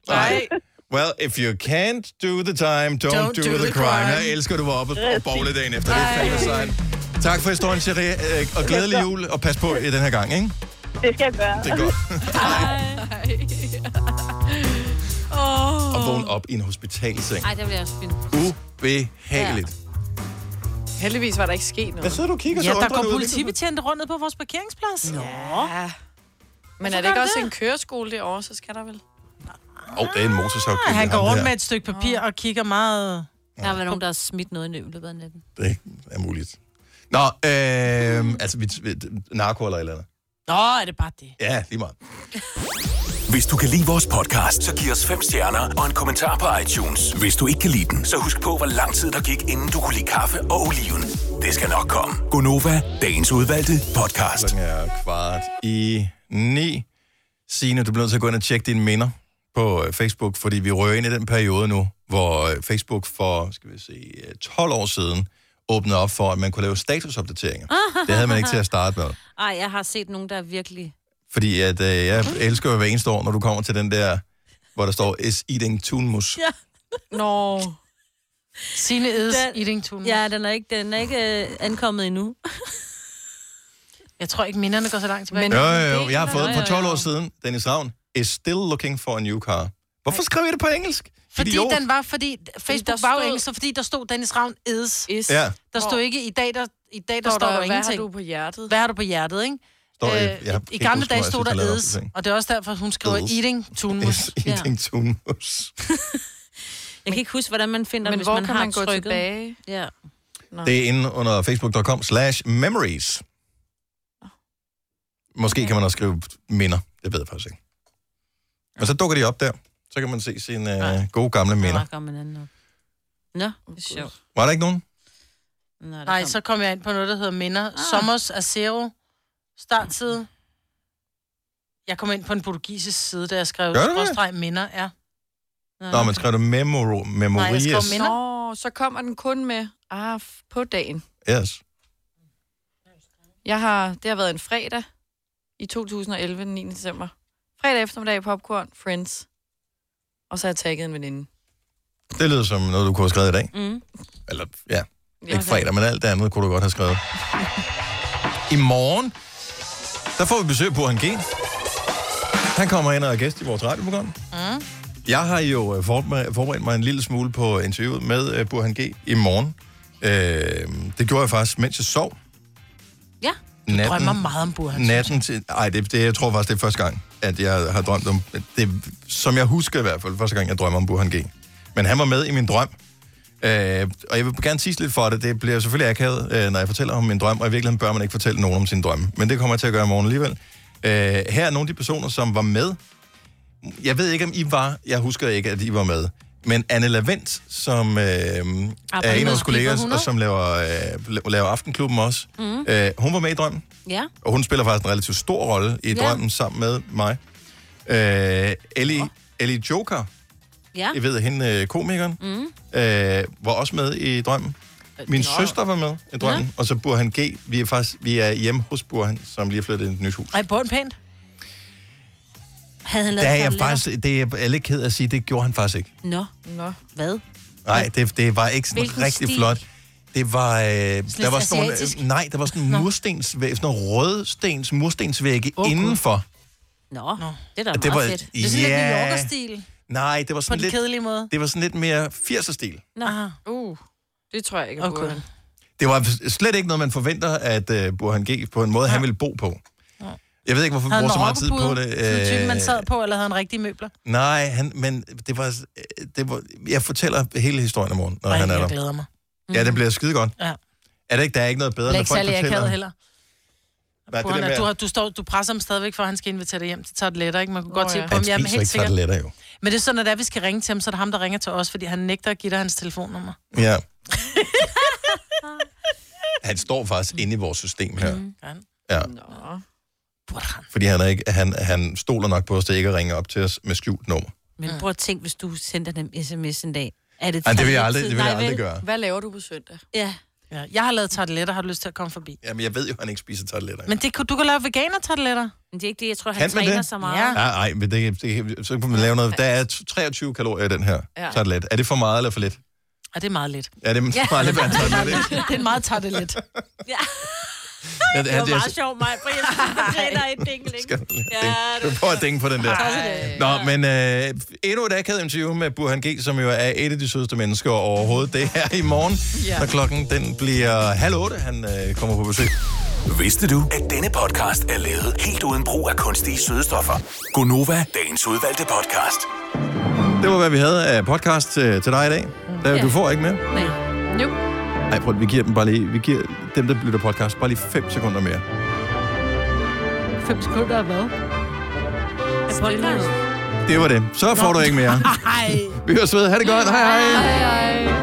Speaker 1: Well, if you can't do the time, don't, don't do, do, the, crime. Jeg elsker, du var oppe og bowle dagen efter. Det er fandme sejt. Tak for historien, Cherie, øh, og glædelig jul, og pas på i den her gang, ikke?
Speaker 18: Det skal jeg gøre.
Speaker 1: Det er godt.
Speaker 2: Åh.
Speaker 1: Og vågne op i en hospitalseng.
Speaker 2: Ej, det bliver også fint.
Speaker 1: Ubehageligt.
Speaker 2: Heldigvis var der ikke sket noget.
Speaker 1: Hvad sidder du og kigger så
Speaker 3: Ja, der
Speaker 1: undrende
Speaker 3: går
Speaker 1: ud?
Speaker 3: politibetjente rundt ned på vores parkeringsplads. Nå. Ja.
Speaker 2: Men
Speaker 3: Hvorfor
Speaker 2: er det
Speaker 3: gør
Speaker 2: ikke
Speaker 3: du
Speaker 2: også
Speaker 3: det?
Speaker 2: en køreskole derovre, så skal der vel?
Speaker 1: Åh, oh, det er en motorsavkøb.
Speaker 3: Ah, han går
Speaker 1: ham
Speaker 3: rundt
Speaker 1: der.
Speaker 3: med et stykke papir og kigger meget...
Speaker 4: Der var nogen, der har smidt noget i løbet af natten.
Speaker 1: Det er muligt. Nå, øh, altså, vi, vi, narko eller et eller andet.
Speaker 3: Nå, er det bare det.
Speaker 1: Ja, lige meget.
Speaker 6: Hvis du kan lide vores podcast, så giv os fem stjerner og en kommentar på iTunes. Hvis du ikke kan lide den, så husk på, hvor lang tid der gik, inden du kunne lide kaffe og oliven. Det skal nok komme.
Speaker 1: Gonova, dagens udvalgte podcast. Klokken er kvart i ni. Signe, du bliver nødt til at gå ind og tjekke dine minder på øh, Facebook, fordi vi rører ind i den periode nu, hvor øh, Facebook for, skal vi se, øh, 12 år siden åbnede op for, at man kunne lave statusopdateringer. Det havde man ikke til at starte med.
Speaker 4: Ej, jeg har set nogen, der er virkelig...
Speaker 1: Fordi at, øh, jeg elsker jo hver eneste år, når du kommer til den der, hvor der står, is eating tunmus.
Speaker 4: Ja.
Speaker 2: Nå.
Speaker 3: Sine is eating tuna.
Speaker 4: Ja, den er ikke, den er ikke øh, ankommet endnu.
Speaker 3: Jeg tror ikke, minderne går så langt tilbage.
Speaker 1: Men, jo, jo, jo, jeg har fået den for 12 år siden. Dennis Ravn is still looking for a new car. Hvorfor skrev jeg det på engelsk?
Speaker 3: Fordi
Speaker 1: Idiot.
Speaker 3: den var, fordi Facebook
Speaker 2: der
Speaker 3: var jo
Speaker 2: stod-
Speaker 3: engelsk, så fordi der stod Dennis Ravn is.
Speaker 2: is.
Speaker 1: Ja.
Speaker 3: Der stod ikke, i dag der, i dag, der står, der, jo
Speaker 2: hvad
Speaker 3: ingenting.
Speaker 2: har du på hjertet?
Speaker 3: Hvad har du på hjertet, ikke?
Speaker 1: Står i-
Speaker 3: Øh,
Speaker 1: jeg kan
Speaker 3: I
Speaker 1: ikke
Speaker 3: gamle
Speaker 1: huske,
Speaker 3: dage
Speaker 1: hvor jeg
Speaker 3: stod
Speaker 1: sidst har
Speaker 3: der
Speaker 1: lavet
Speaker 3: is,
Speaker 1: opdatering.
Speaker 3: og det er også derfor, hun skriver
Speaker 1: Is.
Speaker 3: eating tunmus.
Speaker 1: Is eating tunmus.
Speaker 4: Jeg kan ikke huske, hvordan man finder
Speaker 2: Men
Speaker 4: den, hvis
Speaker 2: hvor
Speaker 4: man
Speaker 2: kan
Speaker 4: har
Speaker 2: man gå
Speaker 4: trykket.
Speaker 2: tilbage?
Speaker 4: Ja.
Speaker 1: Det er inde under facebook.com slash memories. Måske kan man også skrive minder. Det ved jeg faktisk ikke. Men så dukker de op der. Så kan man se sine øh, gode gamle minder.
Speaker 4: Der går man anden op. Nå, det er sjovt.
Speaker 1: Var der ikke nogen?
Speaker 4: Nå, der
Speaker 3: Nej,
Speaker 4: kom-
Speaker 3: så kom jeg ind på noget, der hedder Minder. Ah. Sommers er zero. Startside. Jeg kom ind på en portugisisk side, da jeg skrev
Speaker 1: Gør du det?
Speaker 3: skråstreg minder. Ja.
Speaker 1: Nå, man skrev det memoro, memories.
Speaker 2: Nå, så kommer den kun med ah, f- på dagen.
Speaker 1: Yes.
Speaker 2: Jeg har, det har været en fredag i 2011, den 9. december. Fredag eftermiddag popcorn, Friends. Og så har jeg tagget en veninde.
Speaker 1: Det lyder som noget, du kunne have skrevet i dag.
Speaker 4: Mm.
Speaker 1: Eller, ja. Ikke fredag, men alt det andet kunne du godt have skrevet. I morgen, der får vi besøg på Burhan G. Han kommer ind og er gæst i vores radioprogram.
Speaker 3: Mm.
Speaker 1: Jeg har jo øh, forberedt forberedt mig en lille smule på interviewet med øh, Burhan G i morgen. Øh, det gjorde jeg faktisk, mens jeg sov.
Speaker 4: Ja.
Speaker 1: Natten,
Speaker 3: Jeg drømmer meget om Burhan.
Speaker 1: Natten til... Ej, det, det, jeg tror faktisk, det er første gang, at jeg har drømt om... Det, som jeg husker i hvert fald, første gang, jeg drømmer om Burhan G. Men han var med i min drøm. Øh, og jeg vil gerne tease lidt for det. Det bliver selvfølgelig akavet, øh, når jeg fortæller om min drøm, og i virkeligheden bør man ikke fortælle nogen om sin drømme. Men det kommer jeg til at gøre i morgen alligevel. Øh, her er nogle af de personer, som var med. Jeg ved ikke, om I var... Jeg husker ikke, at I var med. Men Anne Lavendt, som øh, er en af
Speaker 4: med
Speaker 1: vores
Speaker 4: Skive
Speaker 1: kolleger,
Speaker 4: 100.
Speaker 1: og som laver, øh, laver Aftenklubben også,
Speaker 4: Mm.
Speaker 1: øh, hun var med i drømmen.
Speaker 4: Ja.
Speaker 1: Og hun spiller faktisk en relativt stor rolle i
Speaker 4: Ja.
Speaker 1: drømmen sammen med mig. Øh, Ellie, Ellie Joker,
Speaker 4: Ja.
Speaker 1: jeg ved hende, øh, komikeren,
Speaker 4: Mm.
Speaker 1: øh, var også med i drømmen. Min
Speaker 4: Øh, nå.
Speaker 1: søster var med i drømmen, og så Burhan G. Vi er faktisk vi er hjemme hos Burhan, som lige er flyttet ind i et nyt hus.
Speaker 3: Ej, Burhan pænt.
Speaker 4: Havde han
Speaker 1: Det
Speaker 4: lavet
Speaker 1: er jeg
Speaker 4: sådan lidt?
Speaker 1: faktisk, det er jeg lidt ked af at sige, det gjorde han faktisk ikke.
Speaker 4: Nå.
Speaker 2: Nå.
Speaker 4: Hvad?
Speaker 1: Nej, det, det var ikke sådan
Speaker 4: Hvilken
Speaker 1: rigtig
Speaker 4: stil?
Speaker 1: flot. Det var, øh, der
Speaker 4: lidt
Speaker 1: var sådan nogle,
Speaker 4: asiatisk?
Speaker 1: øh, nej, der var sådan en murstensvæg, sådan nogle rødstens murstensvægge oh, indenfor.
Speaker 4: Nå, Nå, det er da
Speaker 1: Det
Speaker 4: meget
Speaker 1: var-
Speaker 4: fedt.
Speaker 1: Det er sådan lidt New Ja. Yorker-stil.
Speaker 3: Stil.
Speaker 1: Nej, det var
Speaker 3: På
Speaker 1: sådan
Speaker 3: den
Speaker 1: lidt,
Speaker 3: kedelige måde.
Speaker 1: det var sådan lidt mere 80'er stil.
Speaker 4: Nå.
Speaker 2: Uh, det tror jeg ikke, at okay.
Speaker 1: øh, Det var slet ikke noget, man forventer, at uh, Burhan G. på en måde, han ville bo på. Jeg ved ikke, hvorfor vi
Speaker 3: Havde
Speaker 1: bruger
Speaker 3: han
Speaker 1: så meget tid på
Speaker 3: marokkopude?
Speaker 1: det.
Speaker 3: Sådan en type, man
Speaker 1: Øh,
Speaker 3: sad på, eller havde han rigtige møbler?
Speaker 1: Nej, han, men det var, det var... Jeg fortæller hele historien i morgen, når Ej, han er
Speaker 3: jeg
Speaker 1: der.
Speaker 3: glæder mig. Mm.
Speaker 1: Ja,
Speaker 4: Mm.
Speaker 1: det bliver skide godt.
Speaker 3: Ja.
Speaker 1: Er det ikke, der er ikke noget bedre,
Speaker 3: Læg
Speaker 1: når
Speaker 3: ikke
Speaker 1: folk
Speaker 3: særlig akavet
Speaker 1: fortæller...
Speaker 3: heller.
Speaker 1: Hvad er
Speaker 3: Hvor
Speaker 1: det
Speaker 3: han
Speaker 1: der
Speaker 3: er,
Speaker 1: med,
Speaker 3: du, har, du, står, du presser ham stadigvæk, for at han skal invitere dig hjem til tarteletter, ikke? Man kunne
Speaker 1: Nå,
Speaker 3: godt se
Speaker 1: ja.
Speaker 3: på ham.
Speaker 1: Han
Speaker 3: Jeg er
Speaker 1: spiser
Speaker 3: helt
Speaker 1: ikke
Speaker 3: sikker.
Speaker 1: tarteletter, jo.
Speaker 3: Men det er sådan, at der, vi skal ringe til ham, så er det ham, der ringer til os, fordi han nægter at give dig hans telefonnummer.
Speaker 1: Ja. han står faktisk inde i vores system her. Mm.
Speaker 3: Gør han?
Speaker 1: Ja. Fordi han, er ikke, han, han stoler nok på os, det ikke at ringe op til os med skjult nummer.
Speaker 4: Men prøv at tænke, hvis du sender dem sms en dag. Er det
Speaker 1: Ej, det vil jeg
Speaker 4: tre-
Speaker 1: aldrig- det vil jeg
Speaker 4: Nej,
Speaker 1: aldrig
Speaker 4: vel?
Speaker 1: gøre.
Speaker 2: Hvad laver du på søndag?
Speaker 4: Ja.
Speaker 3: ja. Jeg har lavet tarteletter, har du lyst til at komme forbi?
Speaker 1: Jamen, jeg ved jo, at han ikke spiser tarteletter.
Speaker 3: Men det, kunne- du kan lave veganer tarteletter.
Speaker 4: Men det er ikke det, jeg tror,
Speaker 1: Kan man det? Ja.
Speaker 3: Ja.
Speaker 1: Nej, men det, det, så kan man lave noget. Der er t- 23 kalorier i den her
Speaker 3: Ja.
Speaker 1: ja. tartelet. Er det for meget eller for lidt?
Speaker 3: Og det er meget lidt.
Speaker 1: Ja, det er meget lidt, hvad han tager med, ikke?
Speaker 3: det er meget tartelet.
Speaker 1: Ja,
Speaker 4: Det var
Speaker 1: det er-
Speaker 4: meget sjovt, mig. Brian, du træner et dinkel, ikke?
Speaker 1: Ja, du prøver at dænge på den der.
Speaker 4: Ej.
Speaker 1: Nå, men øh, endnu et akavet interview med Burhan G, som jo er et af de sødeste mennesker overhovedet. Det er i morgen,
Speaker 6: Ja.
Speaker 1: ja. når klokken den bliver halv otte. Han øh, kommer på besøg.
Speaker 6: Vidste du, at denne podcast er lavet helt uden brug af kunstige sødestoffer? Gonova, dagens udvalgte podcast.
Speaker 1: Det var, hvad vi havde af podcast øh, til dig i dag. Der, du får ikke mere.
Speaker 2: Nej. Jo.
Speaker 1: Nej, prøv, vi giver dem bare lige, vi giver dem, der lytter podcast, bare lige 5 sekunder mere.
Speaker 4: 5 sekunder af hvad? Af podcast?
Speaker 1: Det var det. Så får du ikke mere.
Speaker 4: Nej.
Speaker 1: Vi høres ved. Ha' det godt. Hej hej.
Speaker 4: Hej, hej.